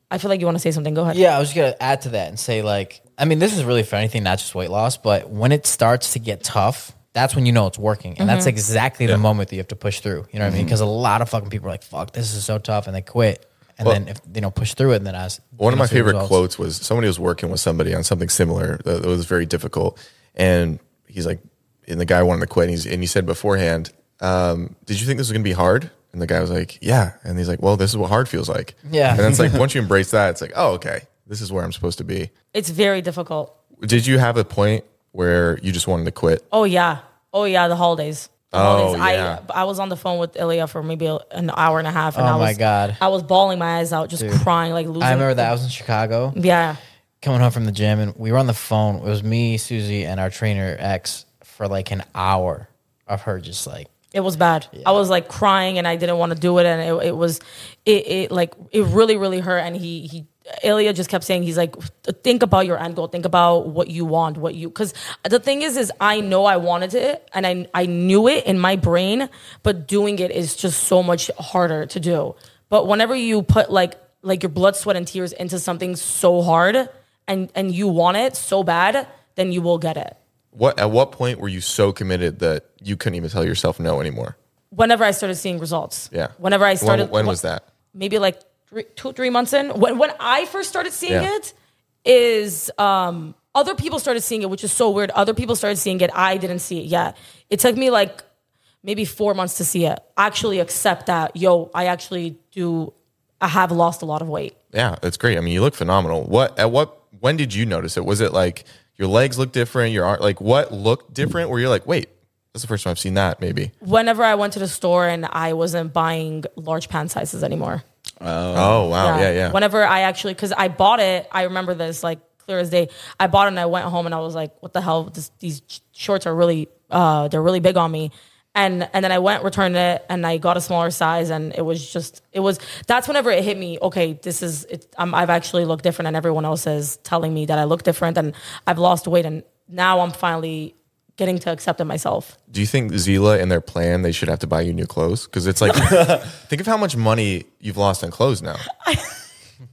S3: I feel like you want to say something. Go ahead.
S4: Yeah, I was gonna add to that and say like I mean, this is really for anything, not just weight loss, but when it starts to get tough, that's when you know it's working. And that's
S3: Mm-hmm.
S4: exactly the moment that you have to push through. You know what I mean?
S1: Mm-hmm.
S4: Because a lot of fucking people are like, fuck, this is so tough. And they quit. And then if they don't push through it, and then I was
S1: One of my favorite quotes was somebody was working with somebody on something similar that that was very difficult, and he's like, and the guy wanted to quit, and, he's, and he said beforehand, um, "Did you think this was going to be hard?" And the guy was like, "Yeah," and he's like, "Well, this is what hard feels like."
S4: Yeah.
S1: and it's like once you embrace that, it's like, "Oh, okay, this is where I'm supposed to be."
S3: It's very difficult.
S1: Did you have a point where you just wanted to quit?
S3: Oh yeah. Oh yeah. The holidays. The
S1: Oh,
S3: holidays.
S1: yeah.
S3: I I was on the phone with Ilya for maybe an hour and a half. And
S4: Oh,
S3: I was,
S4: my God.
S3: I was bawling my eyes out, just crying, like losing.
S4: I remember that I was in Chicago.
S3: Yeah.
S4: coming home from the gym and we were on the phone. It was me, Susie, and our trainer X for like an hour of her just like
S3: It was bad. I was like crying and I didn't want to do it. And it, it was, it, it like, it really, really hurt. And he, he, Ilya just kept saying, he's like, think about your end goal. Think about what you want, what you, cause the thing is, is I know I wanted it and I, I knew it in my brain, but doing it is just so much harder to do. But whenever you put like, like your blood, sweat and tears into something so hard and, and you want it so bad, then you will get it.
S1: What at what point were you so committed that you couldn't even tell yourself no anymore?
S3: Whenever I started seeing results.
S1: Yeah.
S3: Whenever I
S1: When-
S3: started.
S1: when was that?
S3: maybe like three, two, three months in. When when I first started seeing
S1: Yeah.
S3: it, is um, other people started seeing it, which is so weird. Other people started seeing it. I didn't see it yet. It took me like maybe four months to see it. Actually, accept that yo, I actually do. I have lost a lot of weight.
S1: Yeah, that's great. I mean, you look phenomenal. What at what when did you notice it? Was it like your legs look different, your arm like what looked different where you're like, "Wait, that's the first time I've seen that maybe."
S3: Whenever I went to the store and I wasn't buying large pant sizes anymore.
S1: Oh, wow. Yeah, yeah.
S3: Uh, Whenever I actually, because I bought it, I remember this like clear as day. I bought it and I went home and I was like, "What the hell? This, these sh- shorts are really, uh, they're really big on me." And and then I went, returned it, and I got a smaller size, and it was just, it was. That's whenever it hit me. Okay, this is, it, I'm, I've actually looked different, and everyone else is telling me that I look different, and I've lost weight, and now I'm finally getting to accept it myself.
S1: Do you think Zila and their plan they should have to buy you new clothes cuz it's
S3: *laughs*
S1: like think of how much money you've lost on clothes now.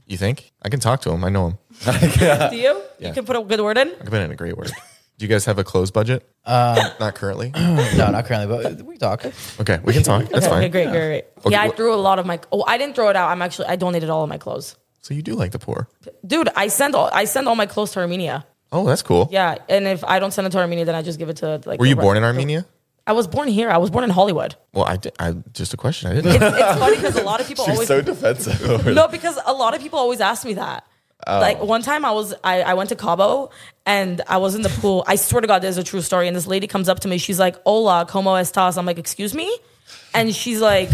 S1: you think? I can talk to him. I know him. Uh,
S3: Do you? You can put a good word in.
S1: I've been in a great word. Do you guys have a clothes budget?
S3: Uh,
S1: Not currently.
S4: no, not currently, but we *laughs* talk.
S1: Okay, we can talk. That's
S3: Okay,
S1: fine.
S3: great, great, great.
S1: Okay,
S3: yeah, I
S1: wh-
S3: threw a lot of my. Oh, I didn't throw it out. I'm actually I donated all of my clothes.
S1: So you do like the poor.
S3: Dude, I send all I send all my clothes to Armenia.
S1: Oh, that's cool.
S3: Yeah, and if I don't send it to Armenia, then I just give it to like.
S1: Were you
S3: the-
S1: born in Armenia?
S3: I was born here. I was born in Hollywood.
S1: Well, I, di- I just a question. I didn't. know. *laughs*
S3: It's funny because a lot of people
S2: She's
S3: always
S2: so defensive. over
S3: no because a lot of people always ask me that.
S1: Oh.
S3: Like one time I was I, I went to Cabo and I was in the pool. I swear to God, there's a true story. And this lady comes up to me. She's like, "Hola, cómo estás?" I'm like, "Excuse me," and she's like,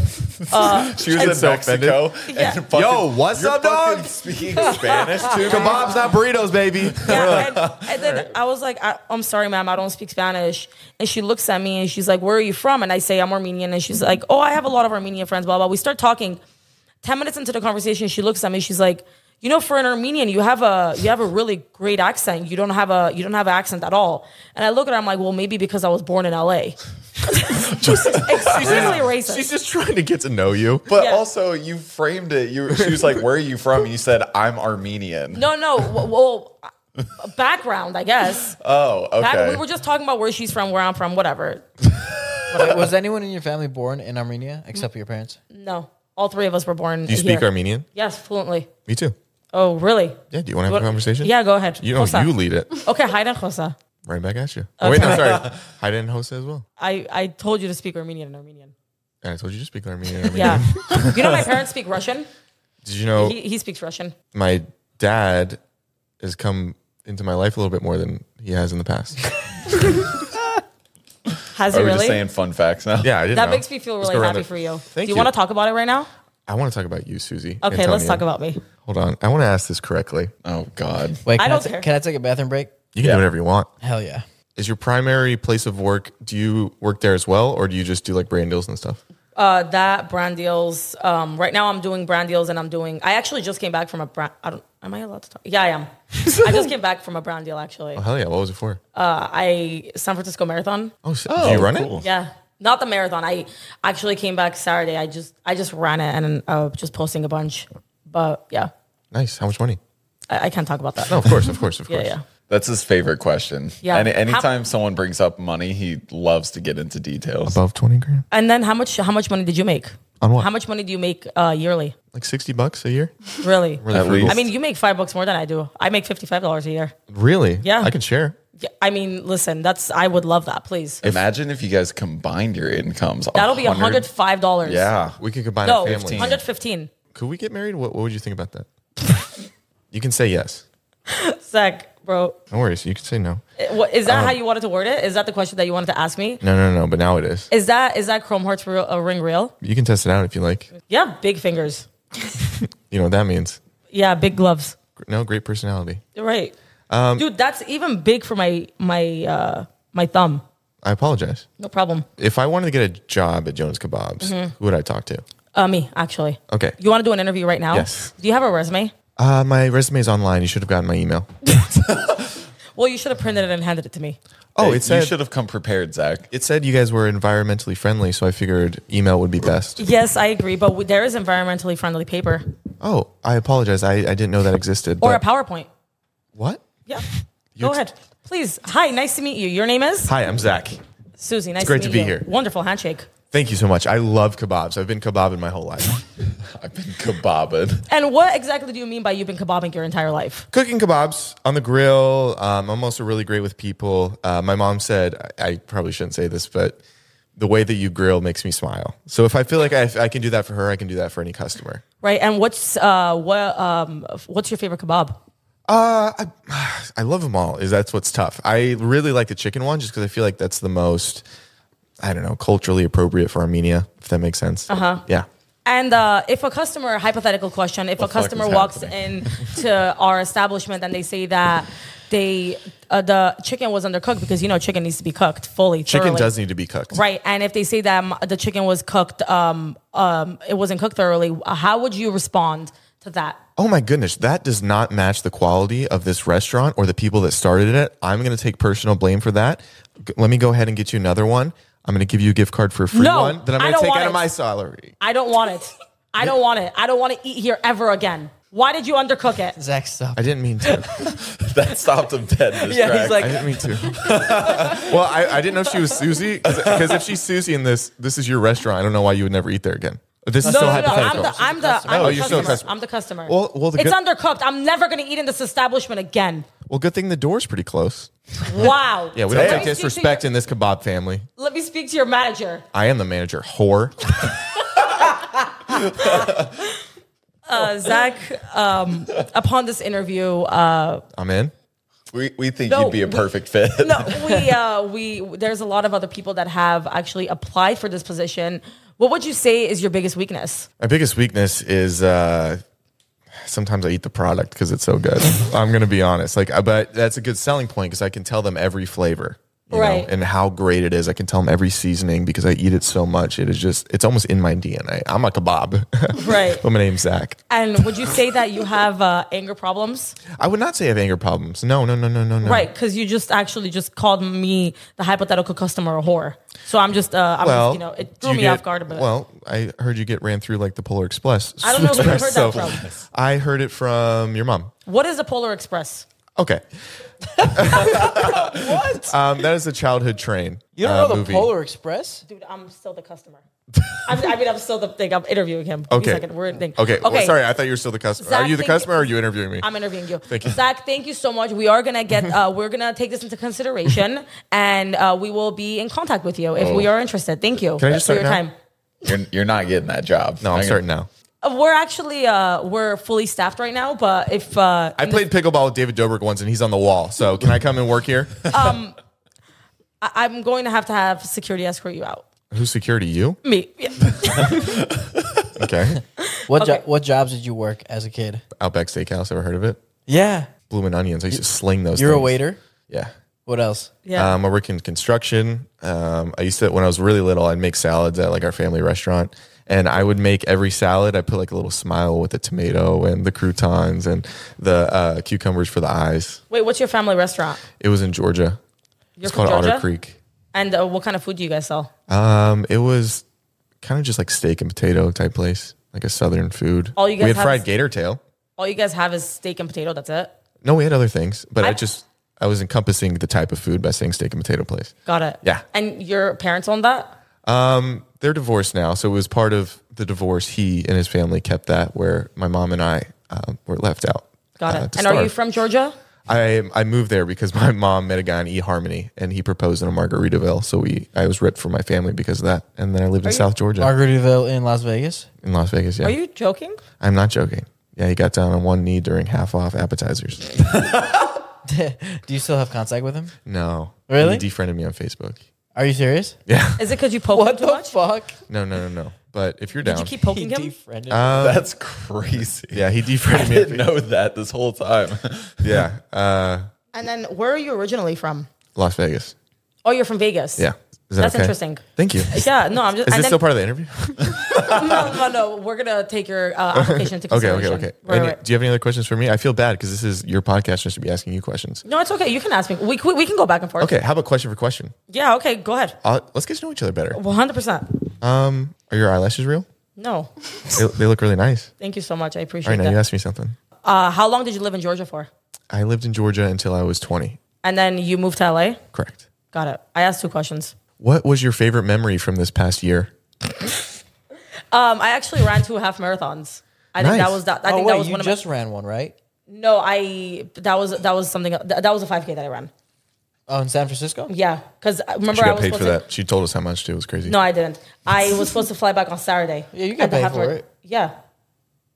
S3: uh,
S2: *laughs* She was in
S1: so
S2: Mexico.
S3: Yeah.
S2: And fucking,
S1: Yo, what's
S2: you're
S1: up, dog?
S2: fucking Speaking Spanish to me?
S1: Kebabs, not burritos, baby.
S3: Yeah, and, and then I was like, I, I'm sorry, ma'am, I don't speak Spanish. And she looks at me and she's like, Where are you from? And I say, I'm Armenian. And she's like, Oh, I have a lot of Armenian friends, blah, blah. We start talking. 10 minutes into the conversation, she looks at me. She's like, you know, for an Armenian, you have a you have a really great accent. You don't have a you don't have an accent at all. And I look at her, I'm like, well, maybe because I was born in *laughs* LA. Extremely racist.
S1: She's just trying to get to know you.
S2: But
S3: Yeah.
S2: also, you framed it. You she was like, "Where are you from?" And you said, "I'm Armenian."
S3: no, no. w- Well, background, I guess.
S2: Oh, okay.
S3: Back- we were just talking about where she's from, where I'm from, whatever.
S4: was anyone in your family born in Armenia except for your parents?
S3: No, all three of us were born.
S1: Do you speak
S3: here.
S1: Armenian?
S3: Yes, fluently.
S1: Me too.
S3: Oh, really?
S1: Yeah. Do you want to have a conversation?
S3: Yeah, go ahead.
S1: You know,
S3: Josa.
S1: you lead it.
S3: Okay, hi, then, Josa.
S1: Right back at you. Oh, wait, no, sorry.
S3: *laughs*
S1: I didn't host it as well.
S3: I, I told you to speak Armenian and Armenian.
S1: And I told you to speak Armenian. Armenian.
S3: Yeah.
S1: *laughs*
S3: you know, my parents speak Russian.
S1: Did you know
S3: He, he speaks Russian.
S1: my dad has come into my life a little bit more than he has in the
S3: *laughs*
S1: past?
S3: Has
S2: Are
S3: he
S2: we just
S3: really?
S2: saying fun facts now?
S1: Yeah, I didn't
S3: that
S1: know.
S3: makes me feel
S1: Let's
S3: really
S1: go around
S3: happy
S1: the-
S3: for you.
S1: Thank
S3: Do
S1: you.
S3: you, want to talk about it right now?
S1: I want to talk about you, Susie.
S3: Okay,
S1: Antonio.
S3: let's talk about me.
S1: Hold on. I want to ask this correctly.
S2: Oh God.
S4: Wait,
S3: I
S4: can I,
S3: don't
S4: ta-
S3: care.
S4: can I take a bathroom break?
S1: You can
S2: Yeah.
S1: do whatever you want.
S4: Hell yeah.
S1: Is your primary place of work? Do you work there as well, or do you just do like brand deals and stuff?
S3: Uh, that brand deals. Um, right now, I'm doing brand deals, and I'm doing. I actually just came back from a brand. I don't. Am I allowed to talk? Yeah, I
S1: *laughs*
S3: am. I just came back from a brand deal. Actually,
S1: Oh,
S3: uh,
S1: hell yeah! What was it for?
S3: I San Francisco Marathon.
S1: oh, shit. do you run it?
S3: Yeah. Not the marathon. I actually came back Saturday. I just I just ran it and uh, just posting a bunch. But yeah,
S1: Nice. How much money?
S3: I, I can't talk about that.
S1: No, of course, of course, of
S3: *laughs* Yeah,
S1: course.
S3: yeah.
S2: That's his favorite question.
S3: Yeah.
S2: Any,
S3: How-
S2: anytime someone brings up money, he loves to get into details.
S1: Above 20 grand?
S3: And then how much how much money did you make?
S1: On what?
S3: How much money do you make uh, yearly?
S1: Like 60 bucks a year?
S3: Really?
S1: We're that
S2: At
S1: frugal.
S2: least.
S3: I mean, you make five bucks more than I do. I make fifty five dollars a year.
S1: really?
S3: Yeah.
S1: I can share.
S3: Yeah, I mean, listen, that's I would love that, please.
S2: Imagine if you guys combined your incomes.
S3: That'll be hundred five dollars.
S2: Yeah.
S1: We could combine
S3: No,
S1: our families.
S3: hundred fifteen.
S1: Could we get married? What, what would you think about that? *laughs* you can say yes.
S3: Zach, bro,
S1: No worries. You can say no.
S3: eh, what, is that how you wanted to word it? Is that the question that you wanted to ask me?
S1: No, no, no. But now it is.
S3: Is that is that Chrome Hearts real, a ring real?
S1: You can test it out if you like.
S3: Yeah, big fingers.
S1: You know what that means.
S3: Yeah, big gloves.
S1: No, great personality.
S3: You're right,
S1: Um,
S3: dude. That's even big for my my uh, my thumb.
S1: I apologize.
S3: No problem.
S1: If I wanted to get a job at Jones Kebabs,
S3: Mm-hmm.
S1: who would I talk to?
S3: Uh, me actually.
S1: Okay.
S3: You want to do an interview right now?
S1: Yes.
S3: Do you have a resume?
S1: Uh, my resume is online. You should have gotten my email.
S3: Well, you should have printed it and handed it to me.
S1: Oh,
S2: Oh,
S1: it
S2: it's you
S1: said
S2: should have come prepared, Zach.
S1: it said you guys were environmentally friendly, so I figured email would be best.
S3: Yes, I agree, but w- there is environmentally friendly paper
S1: Oh, I apologize. I, I didn't know that existed.
S3: or
S1: but-
S3: a PowerPoint.
S1: what?
S3: Yeah.
S1: You
S3: Go
S1: ex-
S3: ahead. Please. Hi, nice to meet you. Your name is?
S1: Hi, I'm Zach.
S3: Susie. Nice
S1: great
S3: to
S1: to
S3: meet
S1: be
S3: you.
S1: here.
S3: Wonderful handshake.
S1: Thank you so much. I love kebabs. I've been kebabbing my whole
S3: *laughs*
S1: life.
S2: I've been kebabbed.
S3: And what exactly do you mean by you've been kebabbing your entire life?
S1: Cooking kebabs on the grill. Um, I'm also really great with people. Uh, my mom said I, I probably shouldn't say this, but the way that you grill makes me smile. So if I feel like I, I can do that for her, I can do that for any customer.
S3: Right? And what's uh what um what's your favorite kebab?
S1: Uh, I, I love them all. Is that's what's tough. I really like the chicken one just because I feel like that's the most, I don't know, culturally appropriate for Armenia. If that makes sense. Uh
S3: Uh-huh.
S1: huh. Yeah.
S3: And uh, if a customer, hypothetical question, if a
S2: fuck
S3: customer
S2: is
S3: walks in
S2: happening?
S3: to our establishment and they say that they uh, the chicken was undercooked because you know chicken needs to be cooked fully.
S1: Chicken
S3: thoroughly.
S1: does need to be cooked.
S3: Right, and if they say that um, the chicken was cooked, um, um, it wasn't cooked thoroughly. How would you respond to that?
S1: Oh my goodness, that does not match the quality of this restaurant or the people that started it. I'm going to take personal blame for that. G- Let me go ahead and get you another one. I'm going to give you a gift card for a free
S3: No,
S1: one that I'm
S3: I
S1: going to
S3: don't
S1: take
S3: want
S1: out
S3: it.
S1: of my salary.
S3: I don't want it. I don't want it. I don't want to eat here ever again. Why did you undercook it?
S4: Zach, stop.
S1: I didn't mean to.
S2: *laughs* That stopped him dead. in his
S3: Yeah, he's
S2: tracks.
S1: I
S3: like-
S1: didn't mean to.
S3: *laughs*
S1: well, I, I didn't know she was Susie because if she's Susie in this, this is your restaurant. I don't know why you would never eat there again. This is
S3: No,
S1: still
S3: no, no. I'm
S1: hypothetical.
S3: the I'm the, I'm
S1: Oh,
S3: the
S1: you're still
S3: customer.
S1: a customer.
S3: I'm the customer.
S1: Well- well, the
S3: it's
S1: good-
S3: undercooked. I'm never going to eat in this establishment again.
S1: well, good thing the door's pretty close.
S3: Wow.
S1: Yeah, we
S3: Let
S1: don't
S3: me
S1: take
S3: speak to
S1: disrespect
S3: your-
S1: in this kebab family.
S3: Let me speak to your manager.
S1: I am the manager, whore.
S3: Uh, Zach, um, upon this interview, uh,
S1: I'm in.
S2: we, we think
S3: No,
S2: you'd be a
S3: we-
S2: perfect fit.
S3: no, we uh, we there's a lot of other people that have actually applied for this position. What would you say is your biggest weakness?
S1: My biggest weakness is uh, sometimes I eat the product because it's so good. I'm gonna be honest, like, uh, but that's a good selling point because I can tell them every flavor, you
S3: Right.
S1: know, and how great it is. I can tell them every seasoning because I eat it so much. It is just, it's almost in my DNA. I'm a kebab. *laughs*
S3: Right.
S1: but my name's Zach.
S3: And would you say that you have uh, anger problems?
S1: I would not say I have anger problems. No, no, no, no, no, no.
S3: Right, because you just actually just called me the hypothetical customer a whore. So I'm just, uh, I'm
S1: Well,
S3: just, you know, it
S1: do
S3: threw
S1: you
S3: me
S1: get-
S3: off guard a bit.
S1: Well, I heard you get ran through like the Polar Express.
S3: I don't know who you heard that
S1: So,
S3: from.
S1: I heard it from your mom.
S3: what is the Polar Express?
S4: *laughs*
S1: Okay. what? Um, that is a childhood train.
S4: You don't
S1: uh,
S4: know the
S1: movie.
S4: Polar Express?
S3: Dude, I'm still the customer. I'm, I mean, I'm still the thing. I'm interviewing him. Give me a
S1: Okay.
S3: second. We're thing.
S1: Okay. Well, sorry, I thought you were still the customer.
S3: Zach,
S1: are you the
S3: thank you.
S1: customer or are you interviewing me?
S3: I'm interviewing you.
S1: Thank you.
S3: Zach, thank you so much. We are
S1: *laughs*
S3: gonna get uh, we're gonna take this into consideration and uh, we will be in contact with you if we are interested. Thank you
S1: Oh. Can I just
S3: for
S1: start
S3: your
S1: now?
S3: time.
S2: *laughs* You're, you're not getting that job.
S1: no, I'm
S2: gonna-
S1: starting now.
S3: Uh, We're actually uh, we're fully staffed right now, but if uh,
S1: I played pickleball with David Dobrik once and he's on the wall. So can I come and work here? *laughs*
S3: I- I'm going to have to have security escort you out.
S1: Who's security? You?
S3: Me. Yeah.
S1: *laughs*
S4: *laughs*
S1: Okay.
S4: What jo-
S3: Okay.
S4: what jobs did you work as a kid?
S1: Outback Steakhouse. Ever heard of it?
S4: Yeah,
S1: Bloomin' Onions. I used to sling those
S4: you're a
S1: things.
S4: waiter.
S1: Yeah.
S4: What else?
S3: Yeah.
S1: Um, I work in construction. Um, I used to, when I was really little, I'd make salads at like our family restaurant. And I would make every salad. I put like a little smile with the tomato and the croutons and the uh, cucumbers for the eyes.
S3: Wait, what's your family restaurant?
S1: It was in Georgia.
S3: You're
S1: it's called
S3: Georgia?
S1: Otter Creek.
S3: And uh, what kind of food do you guys sell?
S1: Um, it was kind of just like steak and potato type place, like a southern food.
S3: All you guys
S1: we had
S3: have
S1: fried
S3: is-
S1: gator tail.
S3: All you guys have is steak and potato. That's it.
S1: No, we had other things, but I,
S3: I-
S1: just I was encompassing the type of food by saying steak and potato place.
S3: Got it.
S1: Yeah.
S3: And your parents owned that?
S1: Um, They're divorced now, so it was part of the divorce. He and his family kept that, where my mom and I um, were left out.
S3: Got
S1: uh,
S3: it.
S1: to
S3: and are you
S1: starve.
S3: from Georgia?
S1: I I moved there because my *laughs* mom met a guy in eHarmony and he proposed in a Margaritaville. So we I was ripped from my family because of that. And then I lived in South Georgia
S4: Margaritaville in Las Vegas.
S1: in Las Vegas. Yeah.
S3: Are you joking?
S1: I'm not joking. Yeah, he got down on one knee during half off
S3: *laughs*
S1: appetizers.
S4: Do you still have contact with him?
S1: no.
S4: Really?
S1: He defriended me on Facebook. *laughs*
S4: Are you serious?
S3: Is it because you poke him too much?
S4: fuck?
S1: No, no, no, no. But if you're
S3: Did
S1: down.
S3: you keep poking him?
S4: Defriended.
S2: *laughs*
S1: Uh,
S2: That's crazy.
S1: yeah, he
S2: *laughs* I
S1: defriended
S3: *laughs*
S1: me. on
S2: didn't know that this whole time. *laughs*
S1: Facebook. Yeah. Uh,
S3: And then where are you originally from?
S1: Las Vegas.
S3: Oh, you're from Vegas.
S1: Yeah. Is that
S3: That's
S1: okay?
S3: interesting.
S1: Thank
S3: *laughs*
S1: you.
S3: Yeah, no, I'm just.
S1: Is this
S3: and then, *laughs*
S1: still part of the interview?
S3: no, no, no. We're gonna take your uh, application into
S1: Okay, okay,
S3: consideration.
S1: okay.
S3: Right,
S1: Any-
S3: right.
S1: Do you have any other questions for me? I feel bad because this is your podcast. I should be asking you questions.
S3: No, it's okay. You can ask me. We, we, we can go back and forth.
S1: Okay, how about question for question?
S3: Yeah. Okay. Go ahead.
S1: Uh, let's get to know each other better.
S3: One hundred percent.
S1: Are your eyelashes real?
S3: No.
S1: They, they look really nice.
S3: Thank you so much.
S1: All
S3: I
S1: right,
S3: appreciate
S1: now you
S3: that.
S1: asked me something.
S3: Uh, how long did you live in Georgia for?
S1: I lived in Georgia until I was 20.
S3: And then you moved to LA.
S1: Correct.
S3: Got it. I asked two questions.
S1: What was your favorite memory from this past year?
S3: Um, I actually ran two half marathons. I think
S1: Nice.
S3: that was that. I
S4: oh
S3: think
S4: wait,
S3: that was
S4: you
S3: one of my.
S4: just ran one, right?
S3: No, I that was that was something that, that was a 5k that I ran.
S4: Oh, in San Francisco.
S3: Yeah, cuz remember
S1: She
S3: I
S1: got
S3: was
S1: paid
S3: supposed
S1: for
S3: to
S1: that. She told us how much too. It was crazy.
S3: No, I didn't.
S1: *laughs*
S3: I was supposed to fly back on Saturday.
S4: Yeah, you
S3: At
S4: got
S3: the
S4: paid
S3: half
S4: for
S3: mar-
S4: it.
S3: Yeah.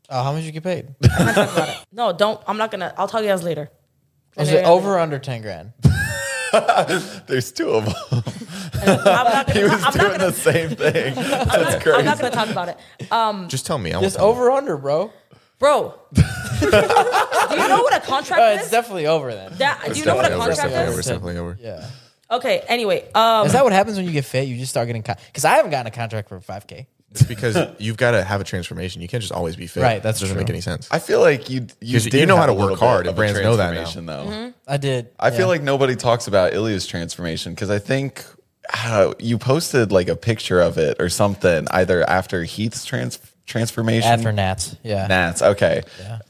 S4: Oh, how much you get paid?
S3: *laughs* No, don't I'm not going to I'll tell you guys later.
S4: Was
S3: Yeah,
S4: it
S3: yeah,
S4: over or under ten grand?
S2: There's two of *laughs* them.
S3: I'm not
S4: *laughs*
S2: He
S3: going
S2: was
S3: I'm
S2: doing
S3: not
S2: the
S3: going to
S2: same
S3: *laughs*
S2: thing. That's
S3: I'm
S2: crazy.
S3: not going to talk about it.
S1: Just tell me. I won't
S4: Just
S1: tell you.
S4: over or under, bro. Uh, *laughs*
S3: Bro. do you know what a contract
S4: Uh,
S3: is?
S4: it's definitely over then.
S3: That- do you know what a
S1: Definitely over,
S3: contract
S1: definitely
S3: is?
S1: over, definitely over.
S4: Yeah.
S3: Okay, anyway. Um
S4: Is that what happens when you get fit? You just start getting because I haven't gotten a contract for five k.
S1: It's because you've got to have a transformation. You can't just always be fit.
S4: Right, that's
S1: It doesn't
S4: true.
S1: make any sense.
S2: I feel like you you,
S1: 'Cause you
S2: did
S1: know
S2: have
S1: how to
S2: a little
S1: work
S2: bit
S1: hard, and
S2: of a
S1: brands know that now.
S2: transformation, Though.
S4: I did.
S2: I feel
S4: yeah.
S2: like nobody talks about Ilya's transformation because I think uh, you posted like a picture of it or something either after Heath's trans- transformation.
S4: after Nats. Yeah.
S2: Nats, okay.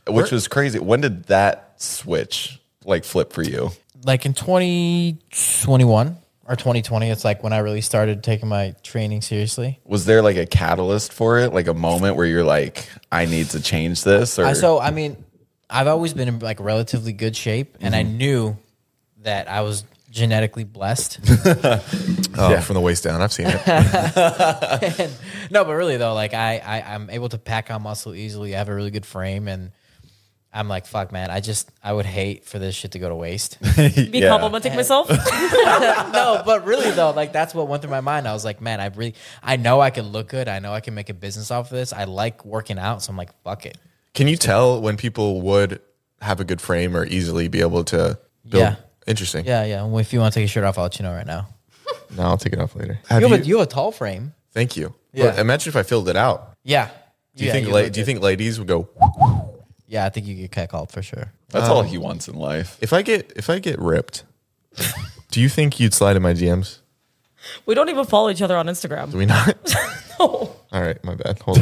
S2: Which was crazy. When did that switch like flip for you?
S4: like in 2021 or 2020 it's like when i really started taking my training seriously
S2: Was there like a catalyst for it? Like a moment where you're like, I need to change this? Or
S4: I,
S2: *laughs*
S4: so i mean i've always been in like relatively good shape and
S2: Mm-hmm.
S4: i knew that i was genetically
S2: *laughs*
S4: blessed *laughs*
S1: oh, From the waist down. I've seen
S3: *laughs*
S1: it.
S4: no but really though like I, I i'm able to pack on muscle easily i have a really good frame and i'm like fuck man i just i would hate for this shit to go to waste
S3: be
S2: Yeah.
S3: complimenting
S4: *laughs*
S3: myself?
S4: no, but really though, like that's what went through my mind. I was like, man, I really, I know I can look good. I know I can make a business off of this. I like working out, so I'm like, fuck it.
S1: Can you tell when people would have a good frame or easily be able to build?
S4: Yeah.
S1: Interesting.
S4: Yeah, yeah. Well, if you want to take your shirt off, I'll let you know right now.
S1: No, I'll take it off later.
S4: You
S1: Have
S4: have,
S1: you,
S4: a, you have a tall frame.
S1: thank you.
S4: Yeah.
S1: But imagine if I filled it out.
S4: Yeah.
S1: Do you think la- do you think ladies would go
S4: Yeah, I think you get catcalled for sure.
S2: that's
S1: Um,
S2: all he wants in life.
S1: If I get if I get ripped, do you think you'd slide in my DMs?
S3: we don't even follow each other on
S1: Do
S3: Instagram.
S1: we not?
S3: *laughs*
S1: *laughs*
S3: No.
S1: All right, my bad. Hold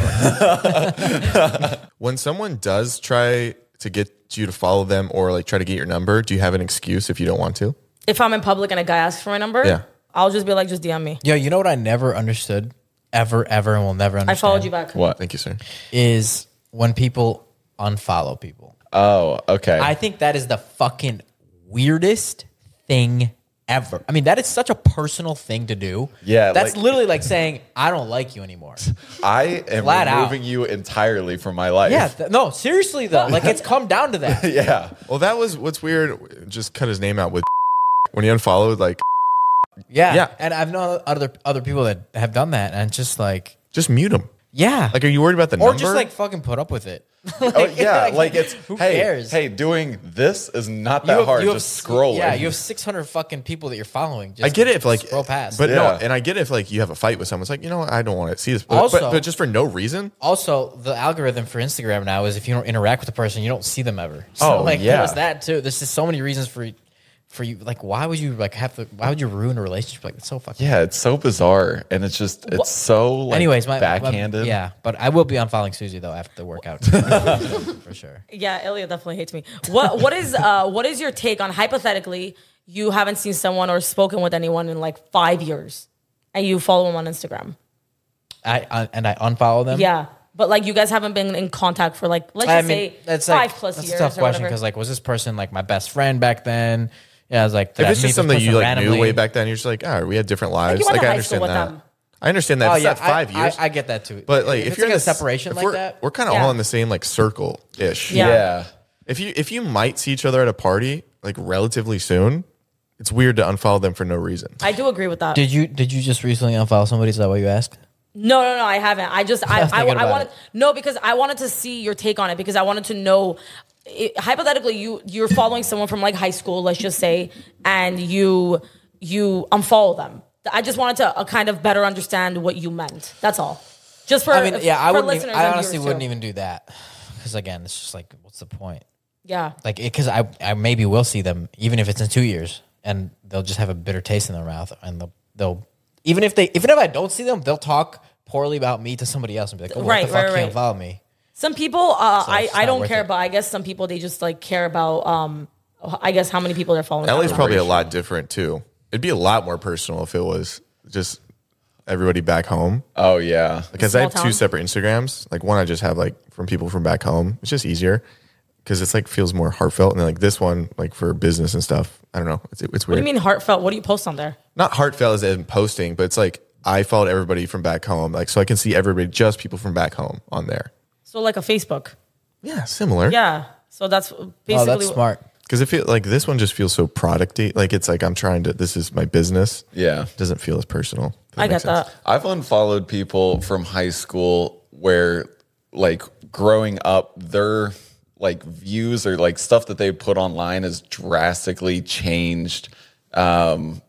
S1: on.
S4: *laughs*
S1: when someone does try to get you to follow them or like try to get your number, do you have an excuse if you don't want to?
S3: If I'm in public and a guy asks for my number,
S1: Yeah.
S3: I'll just be like just DM me.
S4: Yo, you know what I never understood, ever, ever, and will never
S3: I
S4: understand.
S3: followed you back.
S2: What?
S1: Thank you, sir.
S4: Is when people unfollow people.
S2: Oh, okay.
S4: I think that is the fucking weirdest thing ever. I mean, that is such a personal thing to do.
S2: Yeah,
S4: That's
S2: like-
S4: literally like saying, I don't like
S1: *laughs*
S4: you anymore.
S2: I am
S4: Flat out.
S2: removing you entirely from my life.
S4: yeah. th- no, seriously though. Like it's come down
S1: *laughs*
S4: to that.
S2: *laughs* yeah.
S1: Well, that was what's weird. Just cut his name out with *laughs* when he unfollowed. Like,
S4: Yeah.
S1: Yeah.
S4: And I've known other other people that have done that and just like,
S1: just mute him.
S4: yeah.
S1: Like, are you worried about the
S4: or
S1: number?
S4: just like fucking put up with it.
S2: Oh,
S4: *laughs*
S2: yeah. Like it's
S4: who
S2: hey,
S4: cares?
S2: hey, doing this is not that hard. just scrolling.
S4: Yeah,
S1: *laughs*
S4: you have six hundred fucking people that you're following. Just
S1: I get it if like
S4: scroll past.
S1: but no,
S2: Yeah.
S1: and I get it if like you have a fight with someone. It's like you know what? I don't want to see this, but,
S4: Also-
S1: but, but just for no reason.
S4: also the algorithm for Instagram now is if you don't interact with the person, you don't see them ever. *laughs* So
S2: Oh,
S4: like
S2: yeah.
S4: there's that too. There's just so many reasons for for you. Like, why would you like have to? Why would you ruin a relationship? Like, it's so fucking.
S2: Yeah, it's so bizarre, and it's just it's so like
S4: Anyways, my my-
S2: backhanded.
S4: yeah, but I will be unfollowing Susie though after
S1: *laughs*
S4: the workout for sure.
S3: Yeah, Ilya definitely hates me. What what is uh *laughs* what is your take on hypothetically you haven't seen someone or spoken with anyone in like five years and you follow them on Instagram?
S4: I uh, and I unfollow them.
S3: Yeah. But like you guys haven't been in contact for like let's just
S4: I mean,
S3: say
S4: that's
S3: five
S4: like,
S3: plus
S4: that's
S3: years.
S4: a tough
S3: or
S4: question
S3: whatever.
S4: because like, was this person like my best friend back then? Yeah, I was like, did
S1: If
S4: I
S1: it's
S4: meet
S1: just
S4: this
S1: something you
S4: person
S1: like knew
S4: randomly?
S1: way back then, you're just like, all right, we had different lives.
S3: you
S1: Like,
S3: went to
S1: I
S3: high school
S1: understand
S3: with
S1: that.
S3: them.
S1: I understand that.
S4: Oh
S1: it's
S4: yeah,
S1: not five
S4: I,
S1: years,
S4: I, I get that too.
S1: but like if,
S4: if, it's
S1: you're
S4: like
S1: in
S4: a
S1: this-
S4: separation
S1: if
S4: like
S1: we're,
S4: that,
S1: we're kind of
S3: Yeah.
S1: all in the same like circle ish.
S3: Yeah.
S2: yeah.
S1: If you if you might see each other at a party like relatively soon, it's weird to unfollow them for no reason.
S3: I do agree with that.
S4: did you did you just recently unfollow somebody? Is that what you asked?
S3: No, no, no, I haven't. I just,
S4: *laughs*
S3: I,
S4: was
S3: I, I,
S4: thinking about
S3: wanted,
S4: it.
S3: no, because I wanted to see your take on it because I wanted to know. It, hypothetically, you you're following someone from like high school, let's just say, and you you unfollow them. I just wanted to uh, kind of better understand what you meant. That's all. Just for
S4: I mean, yeah, I
S3: for
S4: wouldn't. Even,
S3: listeners
S4: I
S3: and
S4: honestly
S3: viewers,
S4: wouldn't
S3: too.
S4: even do that because again, it's just like, what's the point?
S3: Yeah,
S4: Like, because I, I maybe will see them even if it's in two years, and they'll just have a bitter taste in their mouth, and they'll, they'll even if they, even if I don't see them, they'll talk poorly about me to somebody else and be like, oh,
S3: Right,
S4: what the fuck
S3: right,
S4: can't
S3: right.
S4: follow me?
S3: some people, uh, I
S4: it's
S3: I
S4: not
S3: don't
S4: worth
S3: care,
S4: it.
S3: but I guess some people they just like care about. um I guess how many people they're following.
S1: LA's probably a lot different too. It'd be a lot more personal if it was just everybody back home.
S2: Oh yeah.
S1: Because I have
S3: Small
S1: two
S3: town.
S1: separate Instagrams. Like one I just have like from people from back home. It's just easier because it's like feels more heartfelt. And then like this one, like for business and stuff. I don't know. It's, it's
S3: What
S1: weird.
S3: do you mean heartfelt? What do you post on there?
S1: Not heartfelt as in posting, but it's like I followed everybody from back home. Like so I can see everybody, just people from back home on there.
S3: So like a Facebook.
S1: Yeah, similar.
S3: Yeah. So that's basically
S4: Oh, that's
S3: what-
S4: smart.
S1: Because it feels like this one just feels so producty. Like it's like I'm trying to. This is my business.
S2: Yeah.
S1: It doesn't feel as personal. If
S3: I
S1: makes
S3: get that.
S1: sense.
S2: I've unfollowed people from high school where, like, growing up, their like views or like stuff that they put online has drastically changed. Um,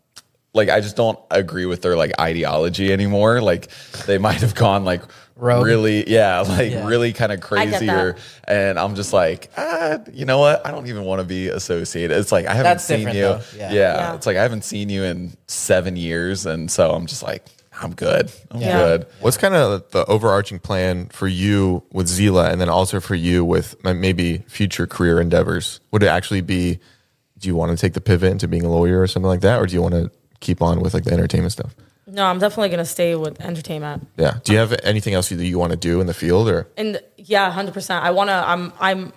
S2: like, I just don't agree with their like ideology anymore. Like, they might have gone like
S4: Rogue.
S2: really, yeah, *laughs* like
S4: Yeah.
S2: really kind of
S3: get
S2: crazy,
S3: that.
S2: or and I'm just like, ah, you know what? I don't even want to be associated. It's like I haven't
S4: That's
S2: seen
S4: different,
S2: you.
S4: though.
S2: Yeah.
S4: Yeah.
S3: Yeah.
S2: it's like I haven't seen you in seven years, and so I'm just like, I'm good. I'm
S3: Yeah.
S2: good.
S1: What's kind of the overarching plan for you with Zila, and then also for you with m- maybe future career endeavors? Would it actually be? Do you want to take the pivot into being a lawyer or something like that, or do you want to keep on with like the entertainment stuff?
S3: No, I'm definitely gonna stay with entertainment.
S1: Yeah. Do you have anything else that you want to do in the field, or
S3: And yeah, hundred percent. I wanna. I'm. I'm.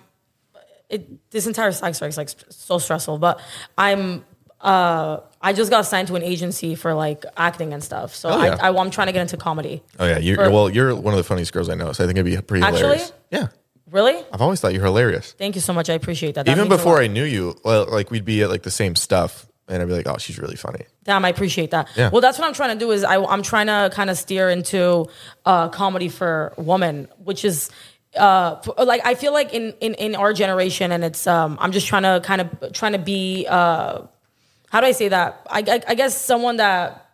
S3: It, this entire side strike is like so stressful, but I'm. Uh, I just got signed to an agency for like acting and stuff. So
S1: Oh, yeah.
S3: I, I, I'm trying to get into comedy.
S1: Oh yeah, you're
S3: For-
S1: well. You're one of the funniest girls I know, so I think it'd be pretty
S3: Actually?
S1: hilarious. Yeah,
S3: Really?
S1: I've always thought you're hilarious.
S3: Thank you so much. I appreciate that.
S1: Even before I knew you, well, like we'd be at like the same stuff, and I'd be like, "Oh, she's really funny."
S3: Damn, I appreciate that.
S1: Yeah.
S3: Well, that's what I'm trying to do is I, I'm trying to kind of steer into uh, comedy for women, which is uh, f- like I feel like in, in in our generation, and it's um, I'm just trying to kind of trying to be uh, how do I say that? I, I, I guess someone that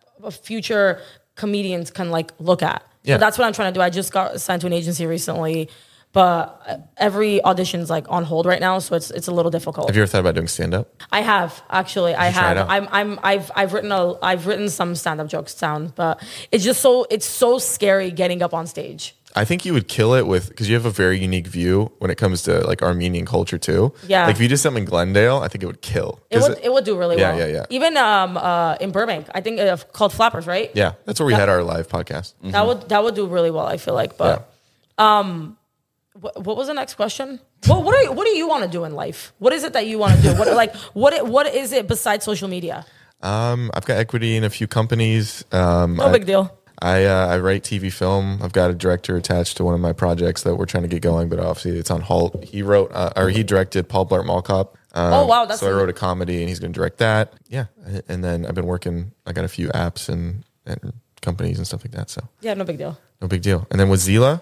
S3: future comedians can like look at.
S1: Yeah.
S3: So that's what I'm trying to do. I just got signed to an agency recently, but every audition's like on hold right now, so it's it's a little difficult.
S1: Have you ever thought about doing stand up?
S3: I have actually. I
S1: try it
S3: have.
S1: out?
S3: I'm. I'm. I've. I've written a. I've written some stand-up jokes down, but it's just so. It's so scary getting up on stage.
S1: I think you would kill it with because you have a very unique view when it comes to like Armenian culture too.
S3: Yeah.
S1: like if you did something in Glendale, I think it would kill.
S3: It
S1: 'Cause
S3: would. It, would do really
S1: Yeah,
S3: well.
S1: yeah, yeah.
S3: Even um uh in Burbank, I think uh, called Flappers, right?
S1: yeah, that's where we had our live podcast.
S3: That would. That would do really well. I feel like. But
S1: Yeah.
S3: what, what was the next question? Well, what are you, What do you want to do in life? What is it that you want to do? What like what? it- What is it besides social media?
S1: Um, I've got equity in a few companies. Um,
S3: No
S1: I-
S3: big deal.
S1: I uh, I write TV film. I've got a director attached to one of my projects that we're trying to get going, but obviously it's on halt. He wrote uh, or he directed Paul Blart Mall Cop. Um,
S3: Oh, wow, that's
S1: so I
S3: a-
S1: wrote a comedy, and he's going to direct that. Yeah, and then I've been working. I got a few apps and, and companies and stuff like that. So
S3: Yeah, no big deal.
S1: no big deal. And then with Zila,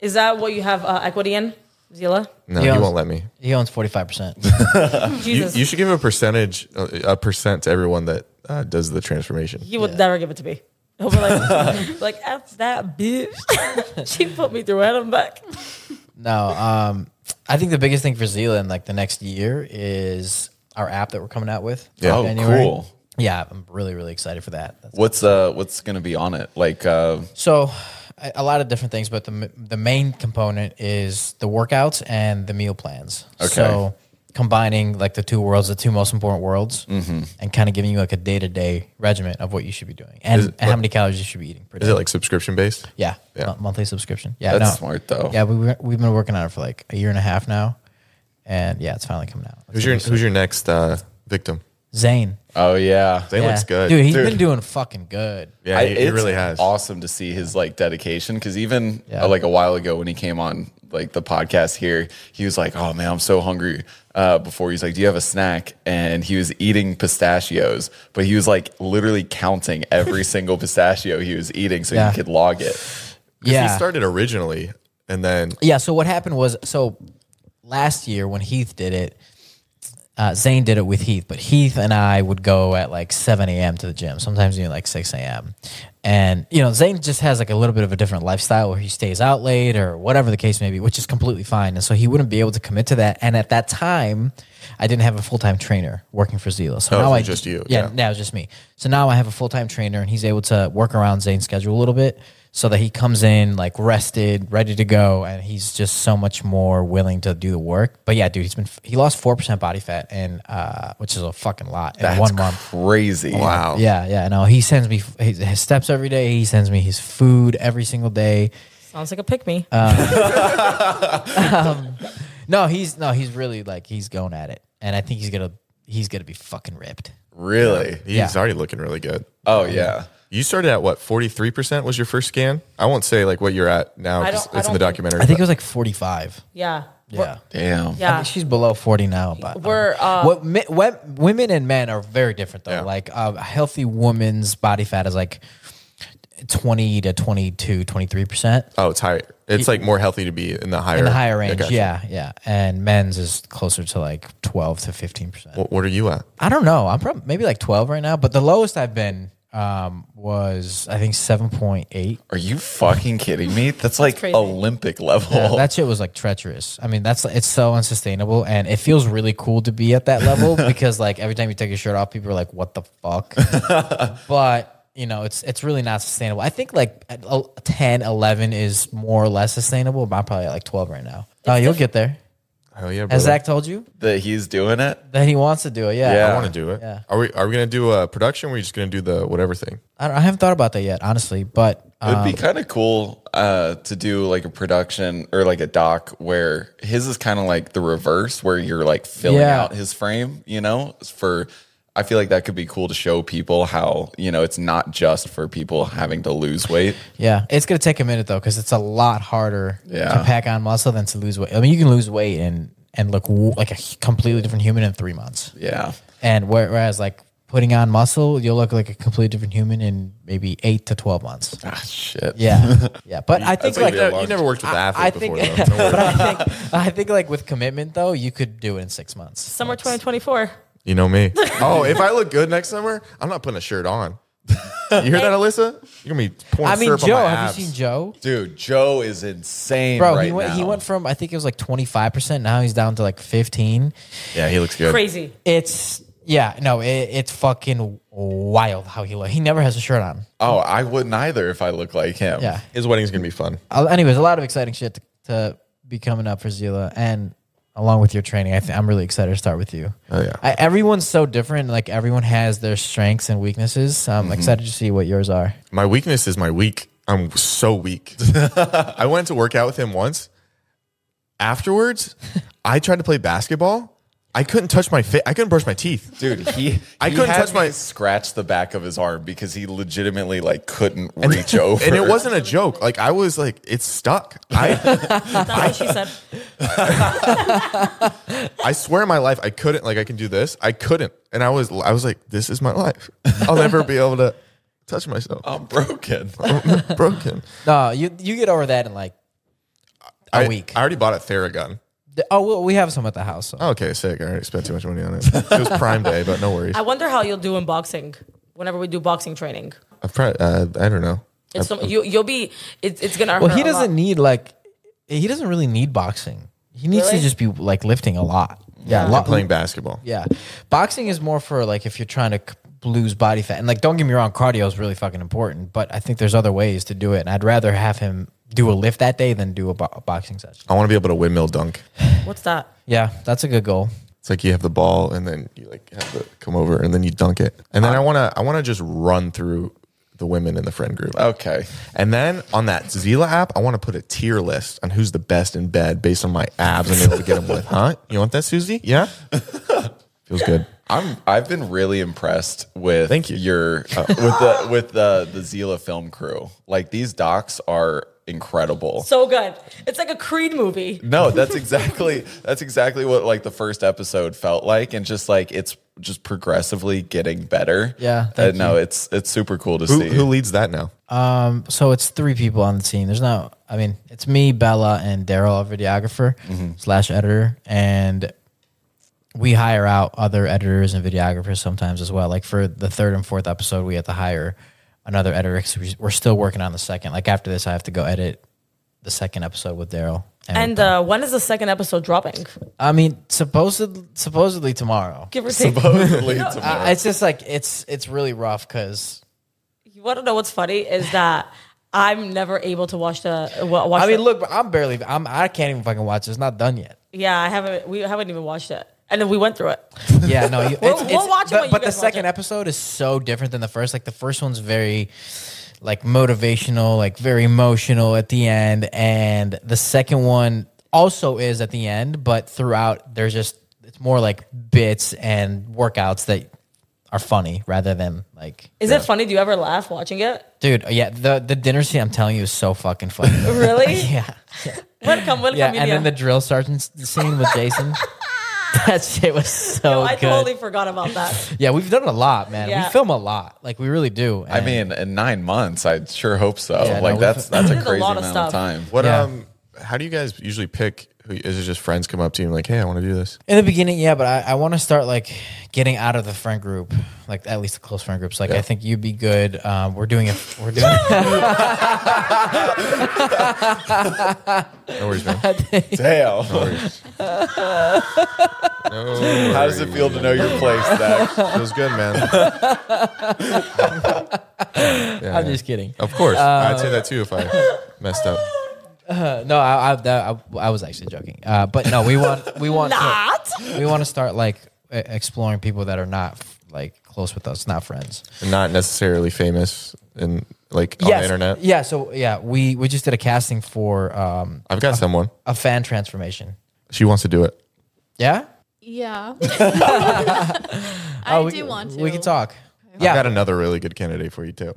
S3: Is that what you have uh, equity in, Zila?
S1: no,
S4: Yeah.
S1: you won't let me.
S4: He owns forty five percent.
S1: You,
S3: Jesus,
S1: you should give a percentage, a, a percent to everyone that uh, does the transformation.
S3: He would never give it to me. He'll be
S4: *laughs*
S3: like, *laughs* like F that bitch. *laughs* she put me through hell and back.
S4: No, um, I think the biggest thing for Zealand, like the next year, is our app that we're coming out with.
S1: Yeah.
S4: in
S2: Oh,
S4: January.
S2: cool.
S4: Yeah, I'm really really excited for that. That's-
S2: What's uh what's gonna be on it? Like uh
S4: So, a a lot of different things, but the m- the main component is the workouts and the meal plans.
S2: Okay.
S4: So, combining like the two worlds, the two most important worlds, and kind of giving you like a day to day regimen of what you should be doing and, and how many calories you should be eating per day.
S1: Is it like subscription based?
S4: Yeah,
S1: Yeah.
S4: mon- monthly subscription. Yeah,
S2: That's
S4: no.
S2: smart, though.
S4: Yeah, we were- we've been working on it for like a year and a half now, and yeah, it's finally coming out.
S1: Who's your Who's your next uh, victim?
S4: Zane?
S2: oh yeah.
S1: Zane
S4: Yeah.
S1: looks good.
S4: dude. He's
S2: Dude.
S4: been doing fucking good.
S1: yeah,
S2: I-
S1: he, he
S2: it's
S1: really has.
S2: Awesome to see his like dedication because even
S4: Yeah.
S2: uh, like a while ago when he came on like the podcast here, he was like, "Oh man, I'm so hungry." Uh, before he's like, "Do you have a snack?" And he was eating pistachios, but he was like literally counting
S4: *laughs*
S2: every single pistachio he was eating so
S4: Yeah.
S2: he could log it.
S1: 'Cause
S4: Yeah,
S1: he started originally, and then
S4: Yeah. So what happened was, so last year when Heath did it, uh, Zane did it with Heath, but Heath and I would go at like 7 a.m. to the gym, sometimes even like 6 a.m. And, you know, Zane just has like a little bit of a different lifestyle where he stays out late or whatever the case may be, which is completely fine. And so he wouldn't be able to commit to that. And at that time, I didn't have a full time trainer working for Zila. So
S1: Oh, it
S4: now
S1: was
S4: I
S1: just you, yeah.
S4: Yeah, now it's just me. So now I have a full time trainer, and he's able to work around Zane's schedule a little bit so that he comes in like rested, ready to go, and he's just so much more willing to do the work. But yeah, dude, he's been he lost four percent body fat, and uh, which is a fucking lot in
S2: That's
S4: one month.
S2: crazy.
S1: wow,
S4: Yeah, yeah. No, he sends me f- his, his steps every day. He sends me his food every single day.
S3: Sounds like a pick me.
S4: Uh, No, he's no, he's really like he's going at it, and I think he's gonna he's gonna be fucking ripped.
S2: Really?
S1: he's
S4: Yeah.
S1: already looking really good.
S2: Oh yeah.
S1: You started at what forty three percent was your first scan. I won't say like what you're at now.
S3: I
S1: 'cause
S3: don't- I
S1: It's in the
S3: don't think-
S1: documentary.
S4: I think it
S1: but-
S4: was like forty five.
S3: yeah.
S4: Yeah.
S2: Damn.
S4: I
S3: Yeah.
S4: think she's below 40 now, but um,
S3: We're, uh,
S4: what, mi- what women and men are very different though.
S1: Yeah.
S4: Like uh, a healthy woman's body fat is like 20 to 22, 23%.
S1: oh, it's higher. It's like more healthy to be in the higher
S4: In the higher range,
S1: gotcha.
S4: yeah, yeah, and men's is closer to like twelve to fifteen percent.
S1: What, what are you at?
S4: I don't know. I'm probably maybe like twelve right now, but the lowest I've been um, was I think seven point eight.
S2: Are you fucking kidding me? That's like
S3: crazy.
S2: Olympic level.
S4: Yeah, that shit was like treacherous. I mean, that's it's so unsustainable, and it feels really cool to be at that level because like every time you take your shirt off, people are like, "What the fuck?" but you know, it's it's really not sustainable. I think like at el- 10, 11 is more or less sustainable. But I'm probably at like twelve right now. Oh, you'll get there.
S1: Hell yeah, bro.
S4: Has Zach told you
S2: that he's doing it.
S4: that he wants to do it? Yeah.
S1: I
S2: Yeah.
S1: want to do it.
S4: Yeah.
S1: Are we? Are we gonna do a production? Or are we just gonna do the whatever thing?
S4: I, don't, I haven't thought about that yet, honestly. But
S2: It'd
S4: um,
S2: be kind of cool uh, to do like a production or like a doc where his is kind of like the reverse, where you're like filling
S4: Yeah.
S2: out his frame, you know, for. I feel like that could be cool to show people how, you know, it's not just for people having to lose weight.
S4: Yeah, it's gonna take a minute though, because it's a lot harder
S2: Yeah.
S4: to pack on muscle than to lose weight. I mean, you can lose weight and and look w- like a completely different human in three months,
S2: Yeah.
S4: and where- whereas like putting on muscle, you'll look like a completely different human in maybe eight to twelve months.
S2: Ah, shit.
S1: *laughs*
S4: Yeah, yeah, but I think
S1: It's like
S2: gonna
S4: like.
S2: be a
S1: that- you
S2: long-
S1: never worked with an athlete
S4: I think,
S1: *laughs* before,
S4: but
S1: though. Don't worry.
S4: I think, I think like with commitment though, you could do it in six months.
S3: Summer
S4: Like,
S3: 2024.
S1: you know *laughs* me. Oh, if I look good next summer, I'm not putting a shirt on. *laughs* You hear that, Alyssa? You're gonna be pouring
S4: I mean,
S1: syrup
S4: Joe,
S1: on my
S4: have
S1: abs.
S4: you seen Joe?
S2: Dude, Joe is insane.
S4: Bro,
S2: right
S4: he went. He
S2: now.
S4: went from I think it was like twenty five percent. Now he's down to like fifteen.
S1: Yeah, he looks good.
S3: Crazy.
S4: It's yeah, no, it, it's fucking wild how he look. He never has a shirt on.
S1: Uh,
S2: Oh, I wouldn't either if I look like him.
S4: Yeah.
S1: His wedding's gonna be fun.
S4: Uh, Anyways, a lot of exciting shit to, to be coming up for Zila, and along with your training, I think I'm really excited to start with you.
S1: Oh, yeah.
S4: I, everyone's so different. Like everyone has their strengths and weaknesses. So
S1: Mm-hmm.
S4: I'm excited to see what yours are.
S1: My weakness is my weak. I'm so weak. *laughs* I went to work out with him once. Afterwards, I tried to play basketball. I couldn't touch my face. I couldn't brush my teeth.
S2: Dude, he
S1: I
S2: he
S1: couldn't
S2: had
S1: touch my-
S2: me scratch the back of his arm because he legitimately like couldn't reach over.
S1: *laughs* And it wasn't a joke. Like I was like, it's stuck. I
S3: That's what she
S4: *laughs*
S3: said.
S1: I swear in my life I couldn't like I can do this. I couldn't. And I was I was like, this is my life. *laughs* I'll never be able to touch myself.
S2: *laughs* I'm broken.
S4: Oh.
S1: I'm *laughs*
S4: *laughs*
S1: broken.
S4: No, you you get over that in like a
S1: I-
S4: week.
S1: I already bought a Theragun. Oh,
S4: The- oh, well, we have some at the house. So.
S1: Okay, sick. I already spent too much money on it. It was Prime Day, but no
S4: *laughs*
S1: worries.
S3: I wonder how you'll do in boxing whenever we do boxing training.
S1: I, probably, uh, I don't know.
S3: It's some, you, you'll be, it's it's going to
S4: Well, he doesn't need like he doesn't really need boxing. He needs
S3: Really?
S4: to just be like lifting a lot. Yeah,
S1: I'm
S4: lo-
S1: playing basketball.
S4: Yeah, boxing is more for like if you're trying to c- lose body fat. And like, don't get me wrong, cardio is really fucking important, but I think there's other ways to do it. And I'd rather have him do a lift that day than do a, bo- a boxing session.
S1: I want to be able to windmill dunk.
S3: What's that?
S4: Yeah, that's a good goal.
S1: It's like you have the ball and then you like have to come over and then you dunk it. And
S4: Uh,
S1: then I want to I want to just run through the women in the friend group.
S4: Oh,
S2: Okay.
S1: And then on that Zila app, I want to put a tier list on who's the best in bed based on my abs I'm able to get them *laughs* with. Huh? You want that, Susie? Yeah. *laughs* Feels good.
S2: I'm I've been really impressed with
S1: Thank you.
S2: your uh, with the with the the Zila film crew. Like these docs are incredible.
S3: So good. It's like a Creed movie.
S4: Mm-hmm.
S2: No, that's exactly that's exactly what like the first episode felt like, and just like it's just progressively getting better.
S4: Yeah,
S2: uh,
S4: thank
S2: no, it's it's super cool to
S1: Who,
S2: see.
S1: who
S2: *laughs*
S1: leads that now?
S4: Um, so it's three people on the team. There's no, I mean, it's me, Bella, and Daryl, our videographer slash editor, and we hire out other editors and videographers sometimes as well. Like for the third and fourth episode, we had to hire another editor because we're still working on the second. Like after this, I have to go edit the second episode with Daryl.
S3: And uh, when is the second episode dropping?
S4: I mean, supposedly, supposedly tomorrow.
S3: Give or take.
S2: Supposedly tomorrow.
S4: I- it's just like it's it's really rough because
S3: You want to know what's funny is that I'm never able to watch the. wa- Watch
S4: I mean,
S3: the-
S4: look, I'm barely, I'm I can't even fucking watch. it. It's not done yet.
S3: Yeah, I haven't. We haven't even watched it, and then we went through it. *laughs*
S4: Yeah, no, you,
S3: We'll-
S4: it's, it's,
S3: we'll watch it
S4: but,
S3: when you
S4: but the
S3: guys watch
S4: second
S3: it.
S4: episode is so different than the first. Like the first one's very like motivational, like very emotional at the end, and the second one also is at the end, but throughout there's just it's more like bits and workouts that are funny rather than like
S3: Is it funny? Do you ever laugh watching it?
S4: dude, yeah, the the dinner scene I'm telling you is so
S3: *laughs*
S4: fucking funny.
S3: Really?
S4: *laughs* yeah.
S3: Welcome, welcome,
S4: Yeah, and
S3: India.
S4: then the drill sergeant scene with
S3: *laughs*
S4: Jason. that shit was so
S3: I
S4: good.
S3: totally forgot about
S4: *laughs*
S3: that.
S4: Yeah, we've done a lot, man.
S3: Yeah.
S4: We film a lot. Like we really do.
S2: I
S4: And
S2: mean, in nine months, I sure hope so.
S4: Yeah, no,
S2: like
S4: we've-
S2: that's that's
S4: *laughs*
S3: We
S2: a
S3: did a
S2: crazy
S3: lot of
S2: amount
S3: stuff.
S2: of time.
S1: What
S4: Yeah.
S1: um how do you guys usually pick who is it just friends come up to you and like, hey, I want to do this?
S4: in the beginning, yeah, but I, I want to start like getting out of the friend group, like at least the close friend groups. Like I think you'd be good. Um, we're doing it. We're doing.
S1: No worries, man.
S2: *laughs* Damn.
S1: *laughs* No
S2: How does it feel to know your *laughs* place? Zach?
S1: worries. Feels good, man. *laughs* Yeah, yeah.
S4: I'm just kidding.
S1: Of course. I'd say that too if I messed up.
S4: Uh, no, I, I, that, I I was actually joking. Uh, but no, we want we want
S3: Not.
S4: to, we want to start like e- exploring people that are not like close with us, not friends.
S1: Not necessarily famous and like on the internet.
S4: Yeah. So yeah, we we just did a casting for um,
S1: I've got someone.
S4: a fan transformation.
S1: She wants to do it.
S4: Yeah.
S1: *laughs*
S6: Yeah. *laughs* I
S4: *laughs* Oh, we-
S6: do want to.
S4: We can talk.
S1: I've
S4: Yeah. Uh,
S1: got another really good candidate for you too.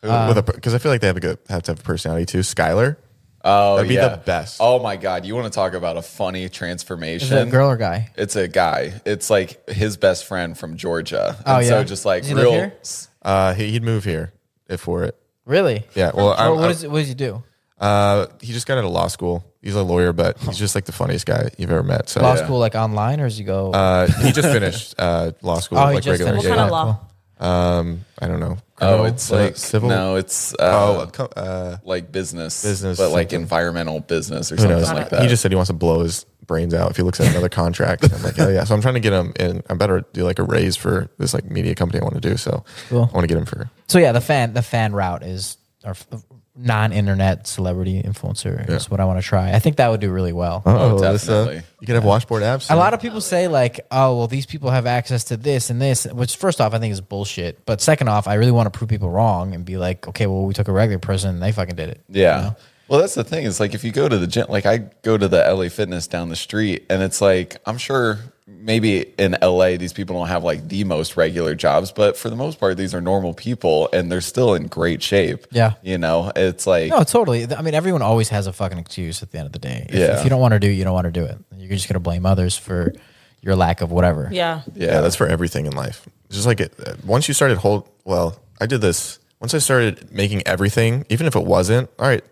S1: Because I feel like they have, a good, have to have a personality too. Skylar.
S2: Oh,
S1: That'd be
S2: yeah.
S1: the best.
S2: Oh my god, you want to talk about a funny transformation?
S4: Is it a girl or guy?
S2: It's a guy. It's like his best friend from Georgia.
S4: Oh,
S2: and So
S4: yeah?
S2: just like
S4: Does he live
S2: real.
S4: here?
S1: Uh, he, he'd move here if for it.
S4: Really?
S1: Yeah. Well,
S4: Or
S1: I'm,
S4: what,
S1: I'm-
S4: is, what does he do?
S1: uh, he just got out of law school. He's a lawyer, but he's just like the funniest guy you've ever met. So
S4: Law school, like online, or does he go?
S1: Uh, he just finished uh,
S4: *laughs*
S1: law school,
S4: Oh, he
S1: like
S4: just
S1: regular.
S4: finished
S3: What kind
S1: yeah.
S3: of law?
S1: Um, I don't know.
S2: Oh,
S1: Criminal?
S2: it's
S1: Uh,
S2: like
S1: civil.
S2: No, it's uh,
S1: Oh, co- uh,
S2: like business,
S1: Business
S2: but like
S1: something.
S2: environmental business or
S1: who
S2: something
S1: knows?
S2: like that.
S1: He just said he wants to blow his brains out if he looks at another contract. I'm like, oh yeah. So I'm trying to get him in. I better do like a raise for this like media company I want to do. So
S4: Cool.
S1: I want to get him for
S4: so yeah, the fan the fan route is our f- non-internet celebrity influencer is what I want to try. I think that would do really well.
S1: Oh,
S2: definitely.
S1: you could have washboard abs.
S4: A lot of people say like, oh well, these people have access to this and this, which first off I think is bullshit. But second off, I really want to prove people wrong and be like, okay, well we took a regular person and they fucking did it.
S2: Yeah. Well, that's the thing. It's like if you go to the gym, like I go to the LA Fitness down the street, and it's like I'm sure maybe in LA these people don't have like the most regular jobs, but for the most part these are normal people and they're still in great shape.
S4: Yeah.
S2: You know, it's like
S4: No, totally. I mean, everyone always has a fucking excuse at the end of the day. If,
S2: Yeah.
S4: if you don't want to do it, you don't want to do it. You're just gonna blame others for your lack of whatever.
S3: Yeah.
S1: yeah. that's for everything in life. It's Just like it, uh, once you started whole. Well, I did this once. I started making everything, even if it wasn't. All right,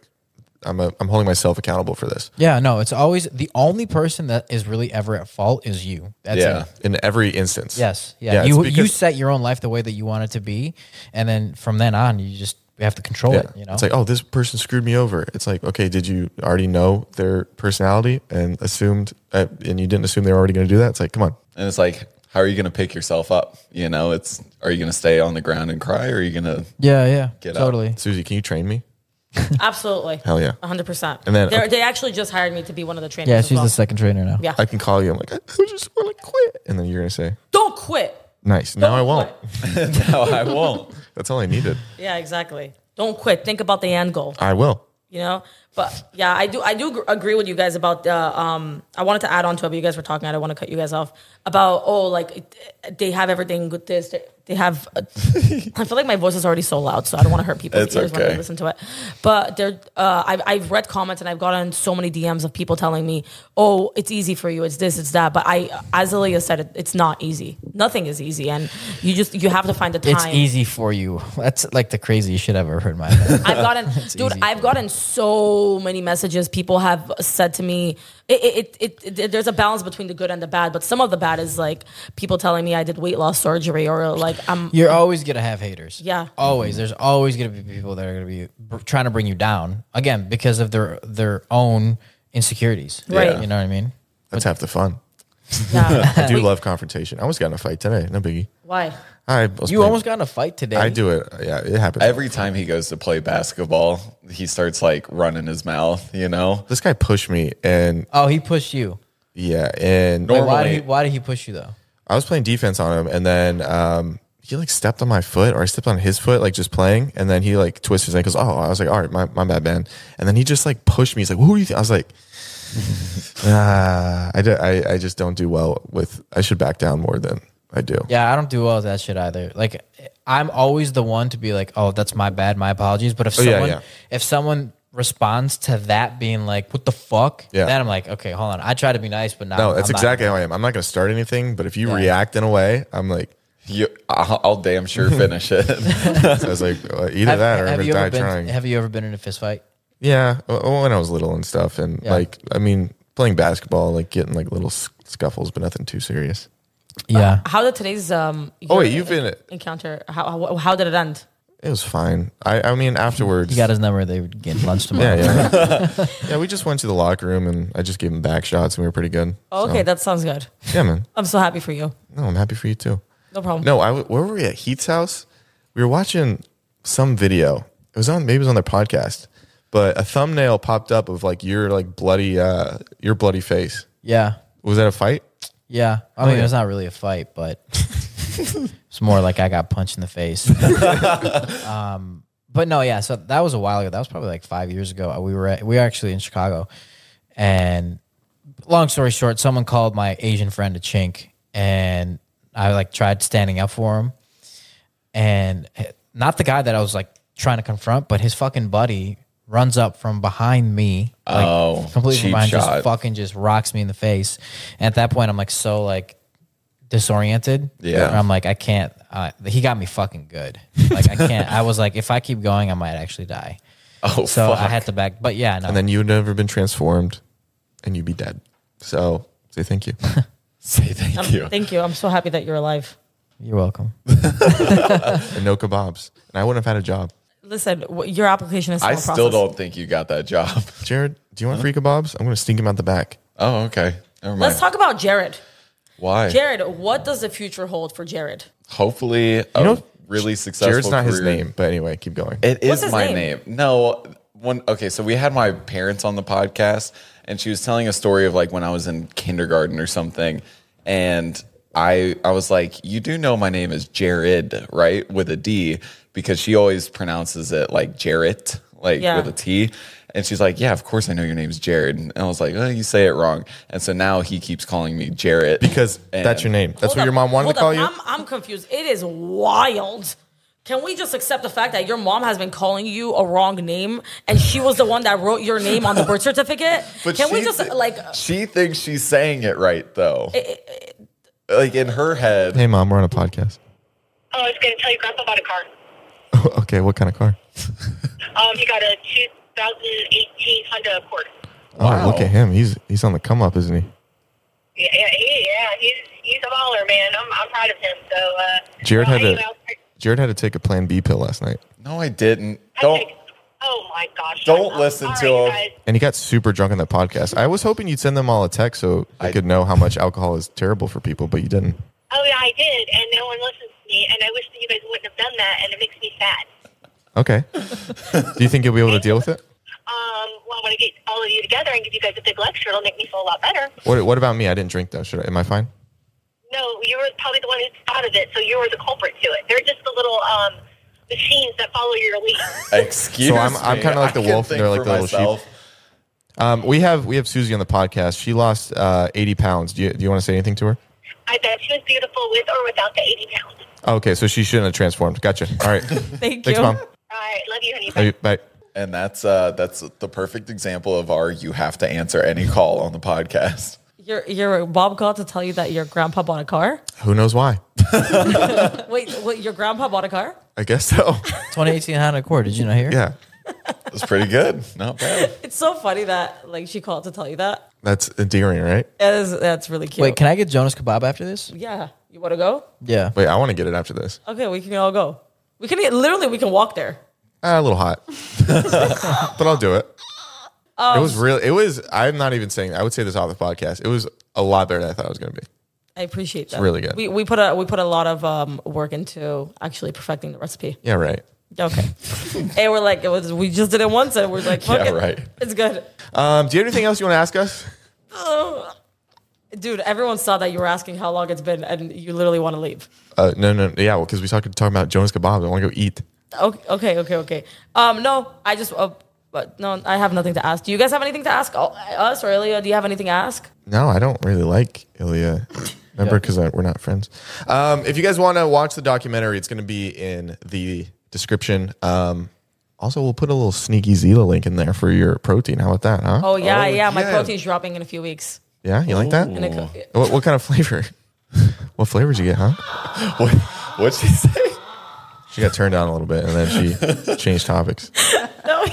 S1: I'm a, I'm holding myself accountable for this
S4: Yeah, no, it's always the only person that is really ever at fault is you. That's
S2: Yeah.
S4: it.
S1: in every instance.
S4: Yes. Yeah.
S1: it's
S4: you you
S1: because-
S4: set your own life the way that you want it to be, and then from then on, you just we have to control
S1: Yeah.
S4: it. You know,
S1: It's like, oh, this person screwed me over. It's like, okay, did you already know their personality and assumed, uh, and you didn't assume they were already going to do that? It's like, come on.
S2: And it's like, how are you going to pick yourself up? You know, it's are you going to stay on the ground and cry, or are you going to?
S4: yeah, yeah,
S2: Get out.
S4: totally.
S1: Susie, can you train me?
S3: Absolutely.
S1: Hell yeah.
S3: 100%.
S1: And then-
S3: They're- they actually just hired me to be one of the trainers.
S4: Yeah,
S3: as
S4: she's
S3: well.
S4: the second trainer now.
S3: Yeah.
S1: I can call you. I'm like, I I just want to quit. And then you're going to say,
S3: Don't quit.
S1: nice. No, I won't.
S2: *laughs* No, I won't.
S1: That's all I needed.
S3: Yeah, exactly. Don't quit. Think about the end goal.
S1: I will.
S3: you know but yeah i do i do gr- agree with you guys about the um i wanted to add on to it but you guys were talking i don't want to cut you guys off about oh like it- they have everything with this they- they have
S2: *laughs*
S3: uh, i feel like my voice is already so loud so i don't want to hurt people's
S2: It's
S3: ears when
S2: okay.
S3: they listen to it but there uh I've, I've read comments and i've gotten so many dms of people telling me oh it's easy for you it's this it's that but i as Aaliyah said it, it's not easy nothing is easy and you just you have to find the time
S4: It's easy for you. *laughs* That's like the craziest shit I've ever heard in my life. *laughs*
S3: I've gotten, dude.
S4: easy.
S3: I've gotten so many messages. People have said to me, it, it, it, it, "There's a balance between the good and the bad." But some of the bad is like people telling me I did weight loss surgery, or like I'm.
S4: You're always gonna have haters.
S3: Yeah.
S4: always. There's always gonna be people that are gonna be br- trying to bring you down again because of their their own insecurities.
S3: Right.
S4: You know what I mean?
S1: That's half the fun.
S3: Yeah.
S1: I
S4: *laughs*
S1: do love confrontation. I almost got in a fight today. No biggie.
S3: Why?
S1: I was
S4: You
S1: playing-
S4: almost got in a fight today.
S1: I do it. Yeah, it happens.
S2: Every time he goes to play basketball, he starts like running his mouth. You know,
S1: this guy pushed me, and
S4: Oh, he pushed you.
S1: yeah, and
S4: Wait, why did
S2: Normally-
S4: he, why did he push you though?
S1: I was playing defense on him, and then um, he like stepped on my foot, or I stepped on his foot, like just playing, and then he like twists his ankles. Oh, I was like, all right, my, my bad, man. And then he just like pushed me. He's like, who do you think? I was
S4: *laughs*
S1: like, ah, I, do- I I just don't do well with. I should back down more than I do.
S4: Yeah, I don't do well with that shit either. Like, I'm always the one to be like, "Oh, that's my bad, my apologies." But if
S1: Oh, yeah,
S4: someone
S1: yeah.
S4: if someone responds to that being like, "What the fuck,"
S1: Yeah.
S4: then I'm like, "Okay, hold on." I try to be nice, but now
S1: No, that's
S4: I'm not-
S1: exactly how I am. I'm not going to start anything, but if you react in a way, I'm like,
S2: you, I'll, I'll damn
S4: *laughs*
S2: sure finish it.
S1: I was like, well, either that or I'm going to
S4: you
S1: die
S4: ever been?
S1: trying.
S4: Have you ever been in a fist fight?
S1: Yeah, w- when I was little and stuff, and
S4: Yeah.
S1: like I mean, playing basketball, like getting like little s- scuffles, but nothing too serious.
S4: Yeah.
S3: How did today's um?
S1: Oh wait,
S3: your
S1: you've been.
S3: encounter. How, how how did it end?
S1: It was fine. I I mean afterwards.
S4: He got his number. They would get *laughs* lunch
S1: yeah,
S4: tomorrow.
S1: yeah, yeah. We just went to the locker room and I just gave him back shots and we were pretty good.
S3: Oh, okay, that sounds good.
S1: Yeah, man.
S3: I'm so happy for you.
S1: No, I'm happy for you too.
S3: No problem.
S1: No, I w- where were we at Heat's house? We were watching some video. It was on maybe it was on their podcast, but a thumbnail popped up of like your like bloody uh your bloody face.
S4: yeah,
S1: Was that a fight?
S4: yeah. I mean, it's not really a fight, but *laughs* it's more like I got punched in the face. um, but no, yeah. So that was a while ago. That was probably like five years ago. Uh, We were at, we were actually in Chicago, and long story short, someone called my Asian friend a chink, and I like tried standing up for him, and not the guy that I was like trying to confront, but his fucking buddy runs up from behind me, like
S2: Oh,
S4: completely from
S2: cheap
S4: behind,
S2: shot.
S4: just fucking just rocks me in the face. And at that point, I'm like so like disoriented.
S2: Yeah.
S4: where I'm like I can't. Uh, he got me fucking good. Like I can't. I was like, if I keep going, I might actually die.
S2: *laughs* Oh,
S4: So
S2: fuck.
S4: I had to back, but yeah, no.
S1: and then you'd never been transformed and you'd be dead. So say thank you.
S2: say thank
S3: Um,
S2: you.
S3: Thank you. I'm so happy that you're alive.
S4: You're welcome. *laughs*
S1: and no kebabs. And I wouldn't have had a job.
S3: Listen, wh- your application is. Still
S2: I
S3: in
S2: still
S3: process.
S2: don't think you got that job. *laughs*
S1: Jared, do you want free kebabs? I'm going to sneak him out the back.
S2: Oh, okay. Never mind.
S3: Let's talk about Jared.
S2: Why?
S3: Jared, what does the future hold for Jared?
S2: Hopefully, a
S1: know,
S2: really successful.
S1: Jared's not his
S2: career.
S1: name, but anyway, keep going.
S2: It
S3: What's
S2: is
S3: his
S2: my
S3: name?
S2: name? No, one. Okay, so we had my parents on the podcast, and she was telling a story of like when I was in kindergarten or something, and I I was like, you do know my name is Jared, right, with a D, because she always pronounces it like Jarrett, like
S3: Yeah.
S2: with a T. And she's like, "Yeah, of course I know your name's Jared." And I was like, "Oh, you say it wrong." And so now he keeps calling me Jarrett
S1: because that's your name. That's
S3: Hold
S1: what your
S3: up,
S1: mom wanted to call
S3: hold
S1: you?
S3: up. I'm, I'm confused. It is wild. Can we just accept the fact that your mom has been calling you a wrong name and she was the one that wrote your name on the birth certificate?
S1: *laughs*
S3: Can we
S2: she
S3: just
S2: thi-
S3: like
S2: she thinks she's saying it right though. like in her head,
S1: hey, mom, we're on a podcast. *laughs*
S7: Oh, I was going to tell you, Grandpa bought a car.
S1: Oh, okay, what kind of car?
S7: Um, he got a 2018 Honda Accord.
S1: Oh,
S2: Wow.
S1: look at him. He's he's on the come up, isn't he?
S7: Yeah, yeah, he, yeah he's he's a baller, man. I'm I'm proud of him. So, uh,
S1: Jared
S7: well,
S1: had
S7: I,
S1: a Jared had to take a Plan B pill last night.
S2: No, I didn't.
S7: I
S2: Don't.
S7: think- Oh my gosh.
S2: Don't
S7: I'm-
S2: listen
S7: all
S2: to
S7: right,
S2: him.
S7: guys.
S1: And he got super drunk on that podcast. I was hoping you'd send them all a text so they
S2: I-
S1: could know how much alcohol is terrible for people, but you didn't.
S7: Oh yeah, I did, and no one listens to me, and I wish that you guys wouldn't have done that, and it makes me sad.
S2: *laughs*
S1: Okay. Do you think you'll be able to deal with it?
S7: Um, well, when I get all of you together and give you guys a big lecture, it'll make me feel a lot better.
S1: What, what about me? I didn't drink though. Should I, am I fine?
S7: No, you were probably the one who thought of it, so you were the culprit to it. They're just the little um, machines that follow your lead.
S2: Excuse
S1: So I'm-
S2: me.
S1: I'm kinda like the
S2: I can
S1: wolf and
S2: think
S1: they're like
S2: for
S1: the little sheep.
S2: myself.
S1: Um, we have we have Susie on the podcast. She lost uh, 80 pounds. Do you, do you want to say anything to her?
S7: I bet she was beautiful with or without the 80 pounds.
S1: Oh, Okay, so she shouldn't have transformed. Gotcha. All right.
S3: Thank
S1: Thanks,
S3: you.
S1: mom.
S7: All right, love you, honey. Bye.
S1: Love you. Bye.
S2: And that's uh, that's the perfect example of our you have to answer any call on the podcast.
S3: Your your mom called to tell you that your grandpa bought a car.
S1: Who knows why?
S3: Wait, what, your grandpa bought a car?
S1: I guess
S3: *laughs*
S1: so.
S4: 2018 Honda Accord. Did you not hear?
S1: yeah.
S2: It's pretty good. *laughs* Not bad.
S3: It's so funny that like she called to tell you that.
S1: That's endearing, right?
S3: That is, that's really cute.
S4: Wait, can I get Jonas Kebab after this?
S3: yeah, you want to go?
S4: Yeah.
S1: Wait, I want to get it after this.
S3: Okay, we can all go. We can literally we can walk there.
S1: Ah, a little
S3: *laughs*
S1: hot, but I'll do it.
S3: Um,
S1: it was really. It was. I'm not even saying. I would say this off the podcast. It was a lot better than I thought it was going to be.
S3: I appreciate that.
S1: really good.
S3: We, we put a we put a lot of um, work into actually perfecting the recipe.
S1: Yeah, right.
S2: *laughs*
S3: Okay, and we're like it was we just did it once and we're like fuck
S2: Yeah,
S3: it.
S2: right.
S3: It's good.
S1: Um, do you have anything else you want to ask us?
S3: Dude, everyone saw that you were asking how long it's been, and you literally want to leave.
S1: Uh, no, no, yeah. Well, because we talked talking about Jonas kebabs. I want to go eat.
S3: Okay, okay, okay, okay. Um, no, I just, uh, but no, I have nothing to ask. Do you guys have anything to ask uh, us or Ilya? Do you have anything to ask?
S1: No, I don't really like Ilya. Remember, because we're not friends. Um, if you guys want to watch the documentary, it's going to be in the description. Um, also, we'll put a little sneaky Zila link in there for your protein. How about that? Huh?
S3: Oh yeah,
S2: Oh,
S3: yeah. My
S2: yeah.
S3: protein's dropping in a few weeks.
S1: Yeah, you like that?
S3: And it co-
S1: What, what kind of flavor? *laughs* what flavors you get, huh?
S2: What, what'd she say?
S1: She got turned on a little bit and then she changed topics.
S3: *laughs* no.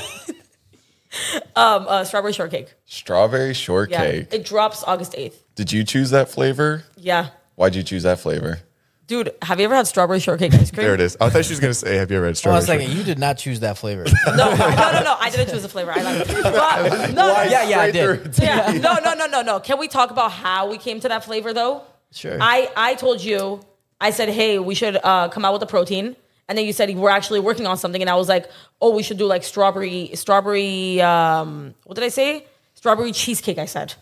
S3: *laughs* um, uh, strawberry shortcake.
S2: Strawberry
S3: Yeah,
S2: shortcake.
S3: it drops August eighth.
S2: Did you choose that flavor?
S3: Yeah,
S2: Why'd you choose that flavor?
S3: dude. Have you ever had strawberry shortcake ice cream?
S1: There it is. I thought she was going to say, Have you ever had
S4: Hold
S1: strawberry?
S4: on a second.
S1: shortcake?"
S4: You did not choose that *laughs* flavor.
S3: No, no, no, no. I didn't choose the flavor. I like. It. But, no, no, no,
S4: yeah, yeah, I did.
S3: yeah. No, no, no, no, no. Can we talk about how we came to that flavor though?
S4: Sure.
S3: I, I told you, I said, hey, we should uh, come out with a protein. And then you said we're actually working on something. And I was like, oh, we should do like strawberry, strawberry, um, what did I say? Strawberry cheesecake, I said.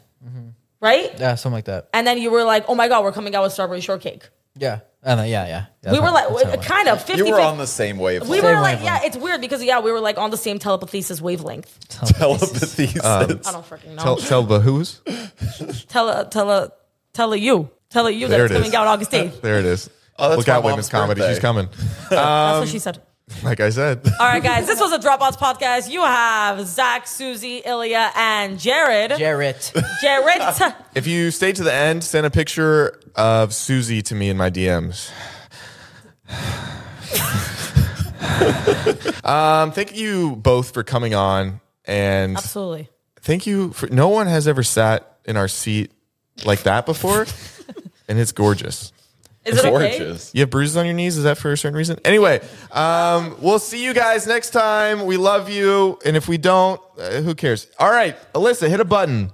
S3: Right?
S4: yeah, something like that.
S3: And then you were like, oh my God, we're coming out with strawberry shortcake.
S4: Yeah. And then, yeah, yeah. That's
S3: we were
S4: how-
S3: like,
S4: that's how it went.
S3: kind of 50
S2: You were on the same wavelength.
S3: We were like,
S4: wavelength.
S3: yeah, it's weird because, yeah, we were like on the same telepathesis wavelength. *laughs*
S2: Telepathesis.
S3: I don't freaking know.
S1: Tell, tell the who's.
S3: Tell, tell, tell, tell you. Tell you that
S1: There
S3: it's
S1: it
S3: coming
S1: is.
S3: out August 8th.
S1: There it is.
S2: Oh, that's
S1: Look
S2: my
S1: out,
S2: mom's
S1: women's comedy.
S2: birthday.
S1: She's coming. Um,
S3: That's what she said.
S1: Like I said.
S3: All right, guys, this was a Dropouts podcast. You have Zach, Susie, Ilya, and Jared. *laughs*
S4: Jarrett.
S3: Jared.
S1: If you stay to the end, send a picture of Susie to me in my DMs. *laughs* um, thank you both for coming on, and
S3: Absolutely.
S1: thank you for. No one has ever sat in our seat like that before, and it's gorgeous.
S3: Is it okay?
S2: Gorgeous.
S1: You have bruises on your knees? Is that for a certain reason? Anyway, um, we'll see you guys next time. We love you, and if we don't, uh, who cares? All right, Alyssa, hit a button.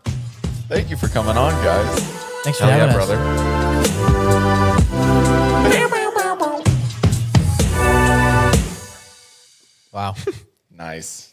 S2: Thank you for coming on, guys.
S4: Thanks for
S1: Hell
S4: having
S1: yeah,
S4: us.
S1: brother.
S4: Wow.
S2: Nice.